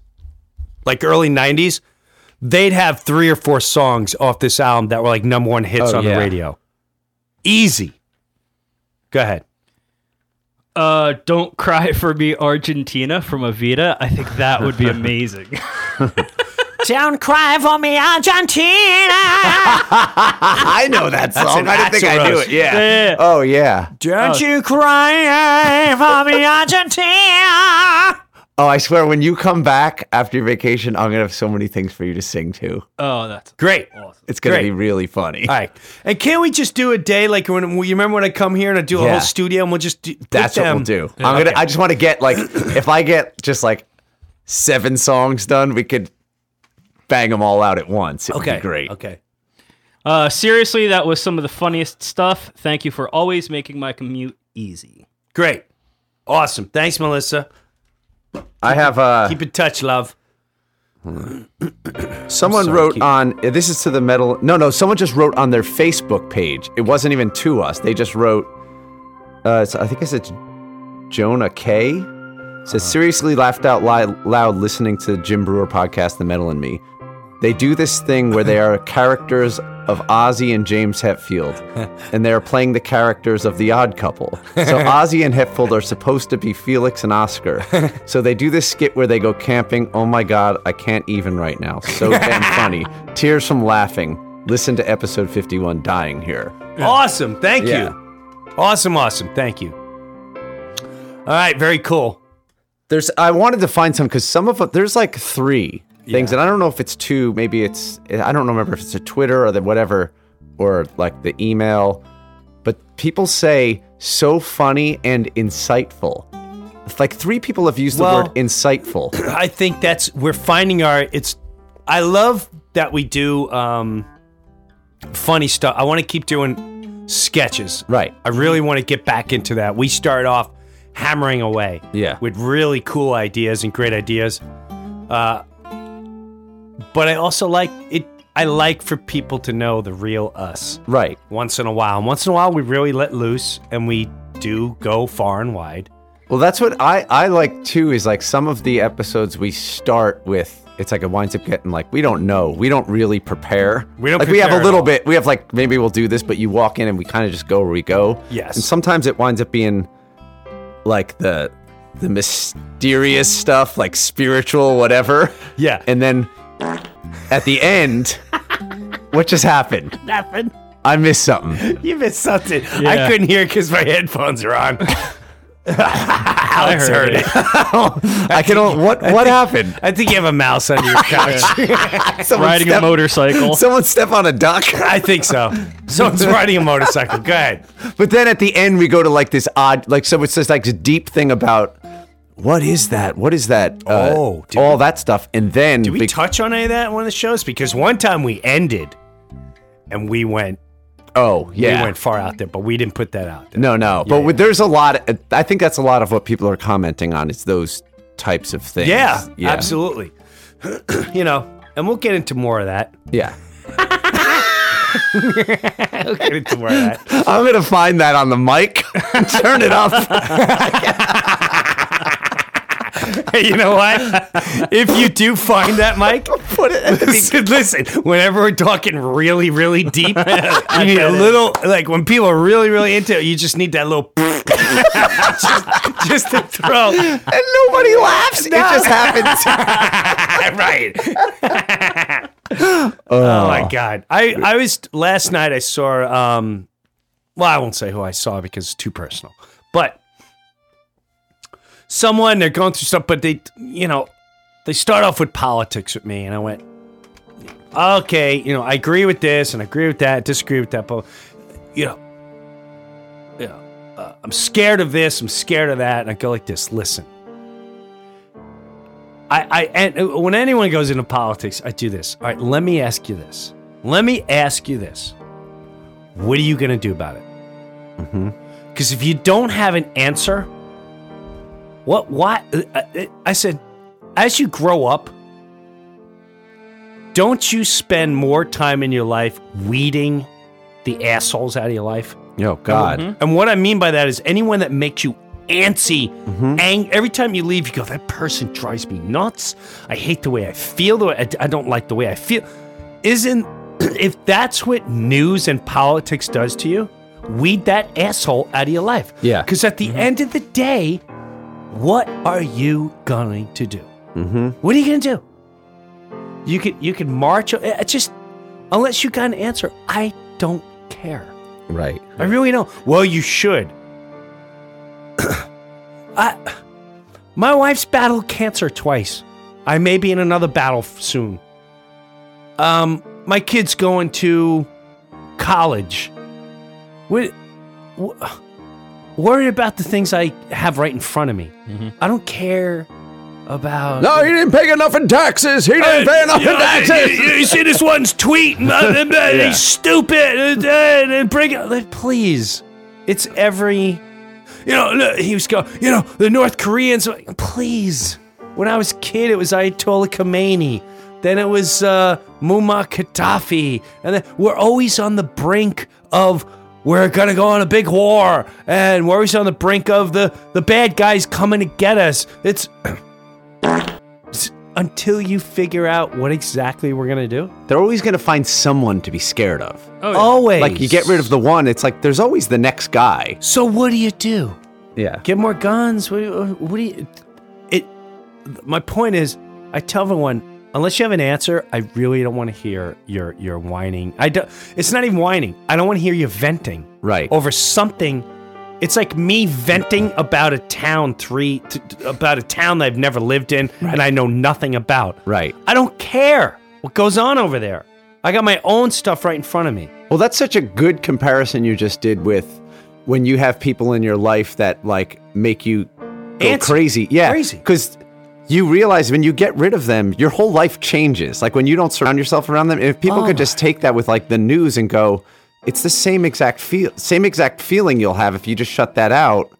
[SPEAKER 5] like early '90s, they'd have three or four songs off this album that were like number one hits
[SPEAKER 7] Oh,
[SPEAKER 5] on
[SPEAKER 7] yeah.
[SPEAKER 5] the radio. Easy. Go ahead.
[SPEAKER 4] uh, "Don't Cry for Me, Argentina" from Avita. I think that would be amazing.
[SPEAKER 11] Don't cry for me, Argentina.
[SPEAKER 7] I know that
[SPEAKER 11] That's
[SPEAKER 7] song.
[SPEAKER 11] an
[SPEAKER 7] I didn't think I knew
[SPEAKER 11] Axl
[SPEAKER 7] it.
[SPEAKER 11] Rose.
[SPEAKER 7] Yeah.
[SPEAKER 11] Yeah, yeah.
[SPEAKER 7] Oh yeah.
[SPEAKER 11] Don't you cry for me, Argentina.
[SPEAKER 7] Oh, I swear, when you come back after your vacation, I'm gonna have so many things for you to sing to.
[SPEAKER 4] Oh, that's
[SPEAKER 5] great.
[SPEAKER 7] It's gonna
[SPEAKER 5] Great.
[SPEAKER 7] be really funny.
[SPEAKER 5] All right. And can't we just do a day like when you remember when I come here and I do a
[SPEAKER 7] Yeah.
[SPEAKER 5] whole studio and we'll just do, put
[SPEAKER 7] That's what
[SPEAKER 5] them-
[SPEAKER 7] we'll do. I'm gonna. I just want to get like, if I get just like seven songs done, we could bang them all out at once. It would
[SPEAKER 4] Okay.
[SPEAKER 7] be great.
[SPEAKER 5] Okay.
[SPEAKER 4] Uh, seriously, that was some of the funniest stuff. Thank you for always making my commute easy.
[SPEAKER 5] Great. Awesome. Thanks, Melissa.
[SPEAKER 7] I have uh,
[SPEAKER 5] Keep in touch, love.
[SPEAKER 7] Someone
[SPEAKER 5] sorry,
[SPEAKER 7] wrote
[SPEAKER 5] keep-
[SPEAKER 7] on this is to the metal. No, no. Someone just wrote on their Facebook page. It wasn't even to us. They just wrote. Uh, it's- I think it's it's Jonah K. Says
[SPEAKER 5] Uh-huh.
[SPEAKER 7] seriously laughed out li- loud listening to Jim Brewer podcast The Metal and Me. They do this thing where they are characters of Ozzy and James Hetfield, and they are playing the characters of the Odd Couple. So Ozzy and Hetfield are supposed to be Felix and Oscar. So they do this skit where they go camping. Oh my God, I can't even right now. So damn funny. Tears from laughing. Listen to episode 51, dying here.
[SPEAKER 5] Awesome. Thank
[SPEAKER 7] Yeah.
[SPEAKER 5] you. Awesome. Awesome. Thank you. All right. Very cool.
[SPEAKER 7] There's. I wanted to find some because some of them. There's like three things, and I don't know if it's two. Maybe it's. I don't remember if it's a Twitter or the whatever, or like the email. But people say so funny and insightful. It's like three people have used the
[SPEAKER 5] Well-
[SPEAKER 7] word insightful.
[SPEAKER 5] I think that's we're finding our it's I love that we do um funny stuff. I want to keep doing sketches.
[SPEAKER 7] Right.
[SPEAKER 5] I really want to get back into that. We start off hammering away.
[SPEAKER 7] Yeah.
[SPEAKER 5] With really cool ideas and great ideas. Uh but I also like it I like for people to know the real us.
[SPEAKER 7] Right.
[SPEAKER 5] Once in a while. And once in a while we really let loose and we do go far and wide.
[SPEAKER 7] Well, that's what I, I like too, is like some of the episodes we start with, it's like it winds up getting like, we don't know. We don't really prepare.
[SPEAKER 5] We don't
[SPEAKER 7] like, we have
[SPEAKER 5] prepare
[SPEAKER 7] a
[SPEAKER 5] at
[SPEAKER 7] little
[SPEAKER 5] all.
[SPEAKER 7] bit, we have like, maybe we'll do this, but you walk in and we kind of just go where we go.
[SPEAKER 5] Yes.
[SPEAKER 7] And sometimes it winds up being like the, the mysterious stuff, like spiritual, whatever.
[SPEAKER 5] Yeah.
[SPEAKER 7] And then at the end, what just happened?
[SPEAKER 5] Nothing.
[SPEAKER 7] I missed something.
[SPEAKER 5] You missed something.
[SPEAKER 7] Yeah.
[SPEAKER 5] I couldn't hear because my headphones are on. Alex
[SPEAKER 7] heard
[SPEAKER 5] heard it.
[SPEAKER 7] I can. Only, what what happened?
[SPEAKER 5] Oh, I think you have a mouse under your couch.
[SPEAKER 7] Someone Riding a step- motorcycle. someone step on a duck.
[SPEAKER 5] I think so. Someone's riding a motorcycle. Go ahead.
[SPEAKER 7] But then at the end, we go to like this odd, like so it's just like this deep thing about what is that? What is that? Uh,
[SPEAKER 5] Oh,
[SPEAKER 7] all that stuff, and then
[SPEAKER 5] Did we touch on any of that in one of the shows? Because one time we ended, and we went.
[SPEAKER 7] Oh yeah.
[SPEAKER 5] we went far out there, but we didn't put that out.
[SPEAKER 7] no, no. but with- there's a lot. Of, I think that's a lot of what people are commenting on is those types of things.
[SPEAKER 5] Yeah, absolutely. you know, and we'll get into more of that.
[SPEAKER 7] Yeah.
[SPEAKER 5] we'll get into more of that.
[SPEAKER 7] I'm gonna find that on the mic, and turn it up.
[SPEAKER 5] Hey, you know what? If you do find that, Mike,
[SPEAKER 7] put it. At the
[SPEAKER 5] listen, listen. Whenever we're talking really, really deep, you need a
[SPEAKER 18] get it.
[SPEAKER 5] little. Like when people are really, really into it, you just need that little. just, just to throw.
[SPEAKER 7] And nobody laughs. It just happens.
[SPEAKER 5] right.
[SPEAKER 7] Oh.
[SPEAKER 5] Oh my god! I I was last night. I saw. Um, well, I won't say who I saw because it's too personal. But someone they're going through stuff, but they you know they start off with politics with me, and I went, okay, you know I agree with this and I agree with that, disagree with that, but you know, you know, uh, I'm scared of this, I'm scared of that, and I go like this. Listen. I, I and uh, when anyone goes into politics, I do this. All right, let me ask you this. Let me ask you this. What are you going to do about it? Because if you don't have an answer, what? Why? I- I, I said, as you grow up, don't you spend more time in your life weeding the assholes out of your life? Mm-hmm.
[SPEAKER 7] Yo, God.
[SPEAKER 5] And, and what I mean by that is anyone that makes you antsy,
[SPEAKER 7] Mm-hmm.
[SPEAKER 5] ang- every time you leave, you go, that person drives me nuts. I hate the way I feel. The way I, I don't like the way I feel. Isn't if that's what news and politics does to you? weed that asshole out of your life.
[SPEAKER 7] Yeah. Mm-hmm.
[SPEAKER 5] Because at the end of the day, what are you going to do?
[SPEAKER 7] Mm-hmm.
[SPEAKER 5] What are you gonna do? You could you could march. uh, It's just unless you got an answer, I don't care.
[SPEAKER 7] Right.
[SPEAKER 5] I really don't. Well, you should. I, my wife's battled cancer twice. I may be in another battle f- soon. Um, my kid's going to college. What? wh- Worry about the things I have right in front of me. I don't care about.
[SPEAKER 7] No, Oh, he didn't pay enough in taxes. He didn't pay enough in taxes.
[SPEAKER 5] You, you see this one's tweet? and, uh, and, uh,
[SPEAKER 7] Yeah.
[SPEAKER 5] He's stupid. uh, uh, and bring it. like, Please, it's every. You know, look, he was going. You know, the North Koreans. like, Please. When I was a kid, it was Ayatollah Khomeini. Then it was uh, Muammar Gaddafi, and then we're always on the brink of we're gonna go on a big war, and we're always on the brink of the the bad guys coming to get us. It's until you figure out what exactly we're gonna do.
[SPEAKER 7] They're always going to find someone to be scared of.
[SPEAKER 5] Oh, yeah. Always.
[SPEAKER 7] Like you get rid of the one, it's like there's always the next guy.
[SPEAKER 5] So what do you do?
[SPEAKER 7] Yeah.
[SPEAKER 5] Get more guns. What, do you- what do you? It. My point is, I tell everyone, unless you have an answer, I really don't want to hear your your whining. I do, It's not even whining. I don't want to hear you venting.
[SPEAKER 7] Right.
[SPEAKER 5] Over something. It's like me venting about a town three t- t- about a town that I've never lived in and I know nothing about.
[SPEAKER 7] Right.
[SPEAKER 5] I don't care what goes on over there. I got my own stuff right in front of me.
[SPEAKER 7] Well, that's such a good comparison you just did with when you have people in your life that like make you go
[SPEAKER 5] Answer.
[SPEAKER 7] crazy. Yeah.
[SPEAKER 5] Crazy.
[SPEAKER 7] Because you realize when you get rid of them, your whole life changes. Like when you don't surround yourself around them, if people
[SPEAKER 5] Oh
[SPEAKER 7] could just take that with like the news and go, it's the same exact feel same exact feeling you'll have if you just shut that out,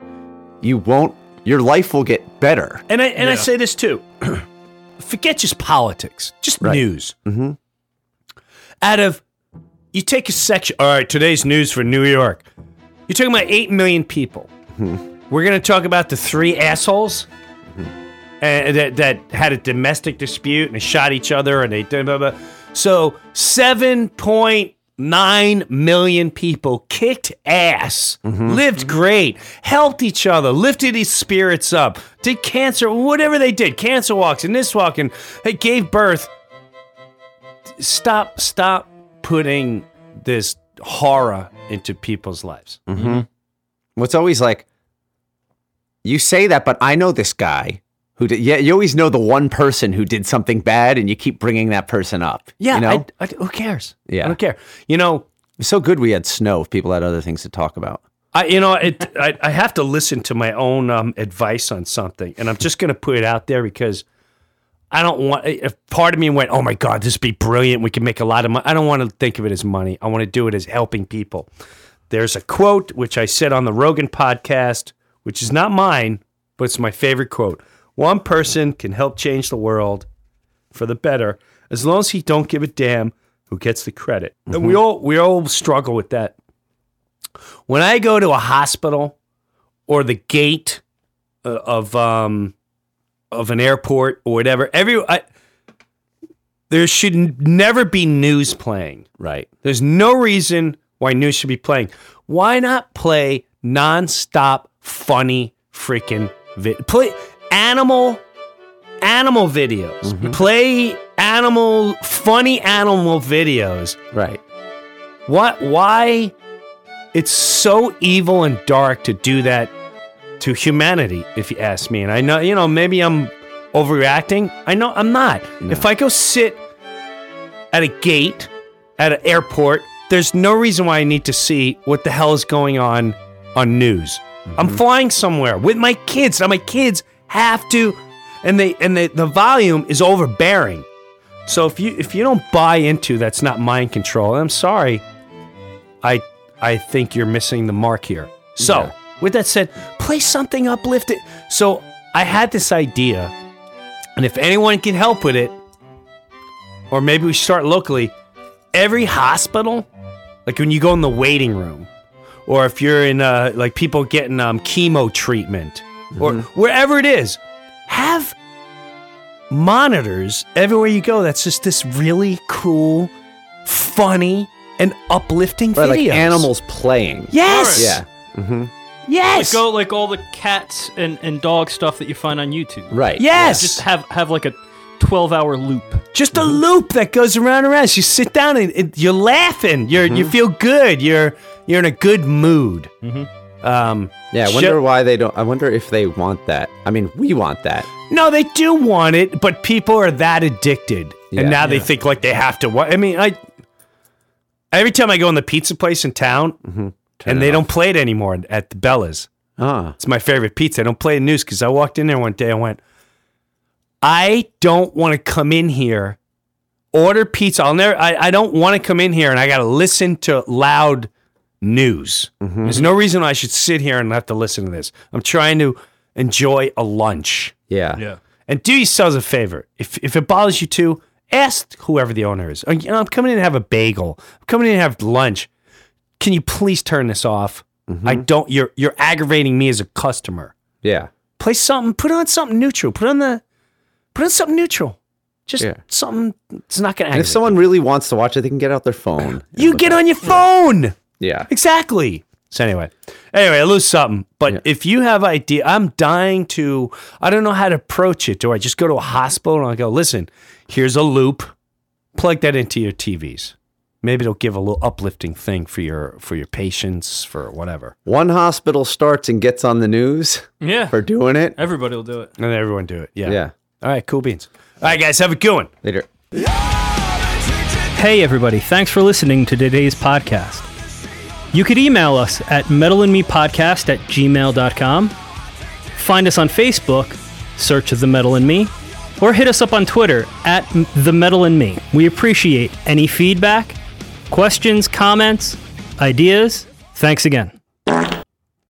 [SPEAKER 7] you won't your life will get better.
[SPEAKER 5] And I and I say this too. Forget just politics, just news.
[SPEAKER 7] Mm-hmm.
[SPEAKER 5] Out of you take a section. All right, today's news for New York. You're talking about eight million people. We're gonna talk about the three assholes and that that had a domestic dispute and they shot each other and they did blah blah. So seven point nine million people kicked ass,
[SPEAKER 7] Mm-hmm.
[SPEAKER 5] lived great, helped each other, lifted his spirits up, did cancer, whatever they did, cancer walks and this walk and they gave birth. Stop, stop putting this horror into people's lives.
[SPEAKER 7] Mm-hmm. What's always like, you say that, but I know this guy who did. Yeah, you always know the one person who did something bad, and you keep bringing that person up.
[SPEAKER 5] Yeah,
[SPEAKER 7] you know?
[SPEAKER 5] I, I- who cares?
[SPEAKER 7] yeah,
[SPEAKER 5] I don't care. You know,
[SPEAKER 7] it's so good we had snow. If people had other things to talk about,
[SPEAKER 5] I, you know, it, I, I have to listen to my own um, advice on something, and I'm just going to put it out there because I don't want. eh, If part of me went, "Oh my God, this would be brilliant. We can make a lot of money." I don't want to think of it as money. I want to do it as helping people. There's a quote which I said on the Rogan podcast, which is not mine, but it's my favorite quote. One person can help change the world for the better as long as he don't give a damn who gets the credit. And we all we all struggle with that when I go to a hospital or the gate uh, of um of an airport or whatever, every I, there should n- never be news playing.
[SPEAKER 7] right?
[SPEAKER 5] There's no reason why news should be playing. Why not play nonstop funny freaking vid? Play animal animal videos.
[SPEAKER 7] Mm-hmm.
[SPEAKER 5] Play animal funny animal videos.
[SPEAKER 7] Right.
[SPEAKER 5] What? Why? It's so evil and dark to do that to humanity, if you ask me. And I know, you know, maybe I'm overreacting. I know I'm not. If I go sit at a gate at an airport, there's no reason why I need to see what the hell is going on on news. I'm flying somewhere with my kids. Now my kids have to, and they and the the volume is overbearing. So if you if you don't buy into that's not mind control, I'm sorry. I I think you're missing the mark here. So with that said, play something uplifted. So I had this idea, and if anyone can help with it, or maybe we start locally. Every hospital, like when you go in the waiting room, or if you're in uh, like people getting um, chemo treatment, or
[SPEAKER 7] Mm-hmm.
[SPEAKER 5] wherever it is, have monitors everywhere you go. That's just this really cool, funny
[SPEAKER 9] and uplifting
[SPEAKER 7] Right, like
[SPEAKER 9] videos.
[SPEAKER 7] animals playing.
[SPEAKER 9] Yes!
[SPEAKER 7] Yeah. Mm-hmm.
[SPEAKER 9] Yes.
[SPEAKER 4] Like go like all the cats and, and dog stuff that you find on YouTube.
[SPEAKER 7] Right.
[SPEAKER 9] Yes.
[SPEAKER 4] Just have have like a twelve hour loop.
[SPEAKER 5] Just
[SPEAKER 7] Mm-hmm.
[SPEAKER 5] a loop that goes around and around. You sit down and, and you're laughing. You're you
[SPEAKER 7] Mm-hmm.
[SPEAKER 5] feel good. You're you're in a good mood. Um,
[SPEAKER 7] Mm-hmm. Yeah, I
[SPEAKER 5] sho-
[SPEAKER 7] wonder why they don't. I wonder if they want that. I mean, we want that.
[SPEAKER 5] No, they do want it, but people are that addicted,
[SPEAKER 7] Yeah.
[SPEAKER 5] and now they
[SPEAKER 7] Yeah.
[SPEAKER 5] think like they have to. wa- I mean, I every time I go in the pizza place in town,
[SPEAKER 7] Mm-hmm.
[SPEAKER 5] and they don't play it anymore at the Bella's.
[SPEAKER 7] Ah.
[SPEAKER 5] It's my favorite pizza. I don't play the news because I walked in there one day. I went, I don't want to come in here, order pizza. I'll never. I, I don't want to come in here, and I got to listen to loud news. There's no reason I should sit here and have to listen to this. I'm trying to enjoy a lunch.
[SPEAKER 7] Yeah.
[SPEAKER 4] Yeah.
[SPEAKER 5] And do yourselves a favor. If if it bothers you too, ask whoever the owner is. "Oh, you know, I'm coming in to have a bagel. I'm coming in to have lunch. Can you please turn this off?
[SPEAKER 7] Mm-hmm.
[SPEAKER 5] I don't. You're you're aggravating me as a customer.
[SPEAKER 7] Yeah.
[SPEAKER 5] Play something. Put on something neutral. Put on the. Put on something neutral. Just
[SPEAKER 7] Yeah.
[SPEAKER 5] something. It's not gonna.
[SPEAKER 7] And if
[SPEAKER 5] Aggravate.
[SPEAKER 7] someone really wants to watch it, they can get out their phone.
[SPEAKER 5] you get on your phone.
[SPEAKER 7] Yeah.
[SPEAKER 5] Exactly. So anyway, anyway, I lose something. But if you have idea, I'm dying to. I don't know how to approach it. Do I just go to a hospital and I go, listen, here's a loop, plug that into your TVs. Maybe it'll give a little uplifting thing for your for your patients for whatever.
[SPEAKER 7] One hospital starts and gets on the news
[SPEAKER 4] Yeah.
[SPEAKER 7] for doing it.
[SPEAKER 4] Everybody will do it.
[SPEAKER 5] And everyone do it. Yeah.
[SPEAKER 7] Yeah.
[SPEAKER 5] All right. Cool beans. All right, guys. Have a good one.
[SPEAKER 7] Later.
[SPEAKER 4] Hey, everybody. Thanks for listening to today's podcast. You could email us at metalinmepodcast at gmail.com. Find us on Facebook, search The Metal in Me, or hit us up on Twitter at m- The Metal in Me. We appreciate any feedback, questions, comments, ideas. Thanks again.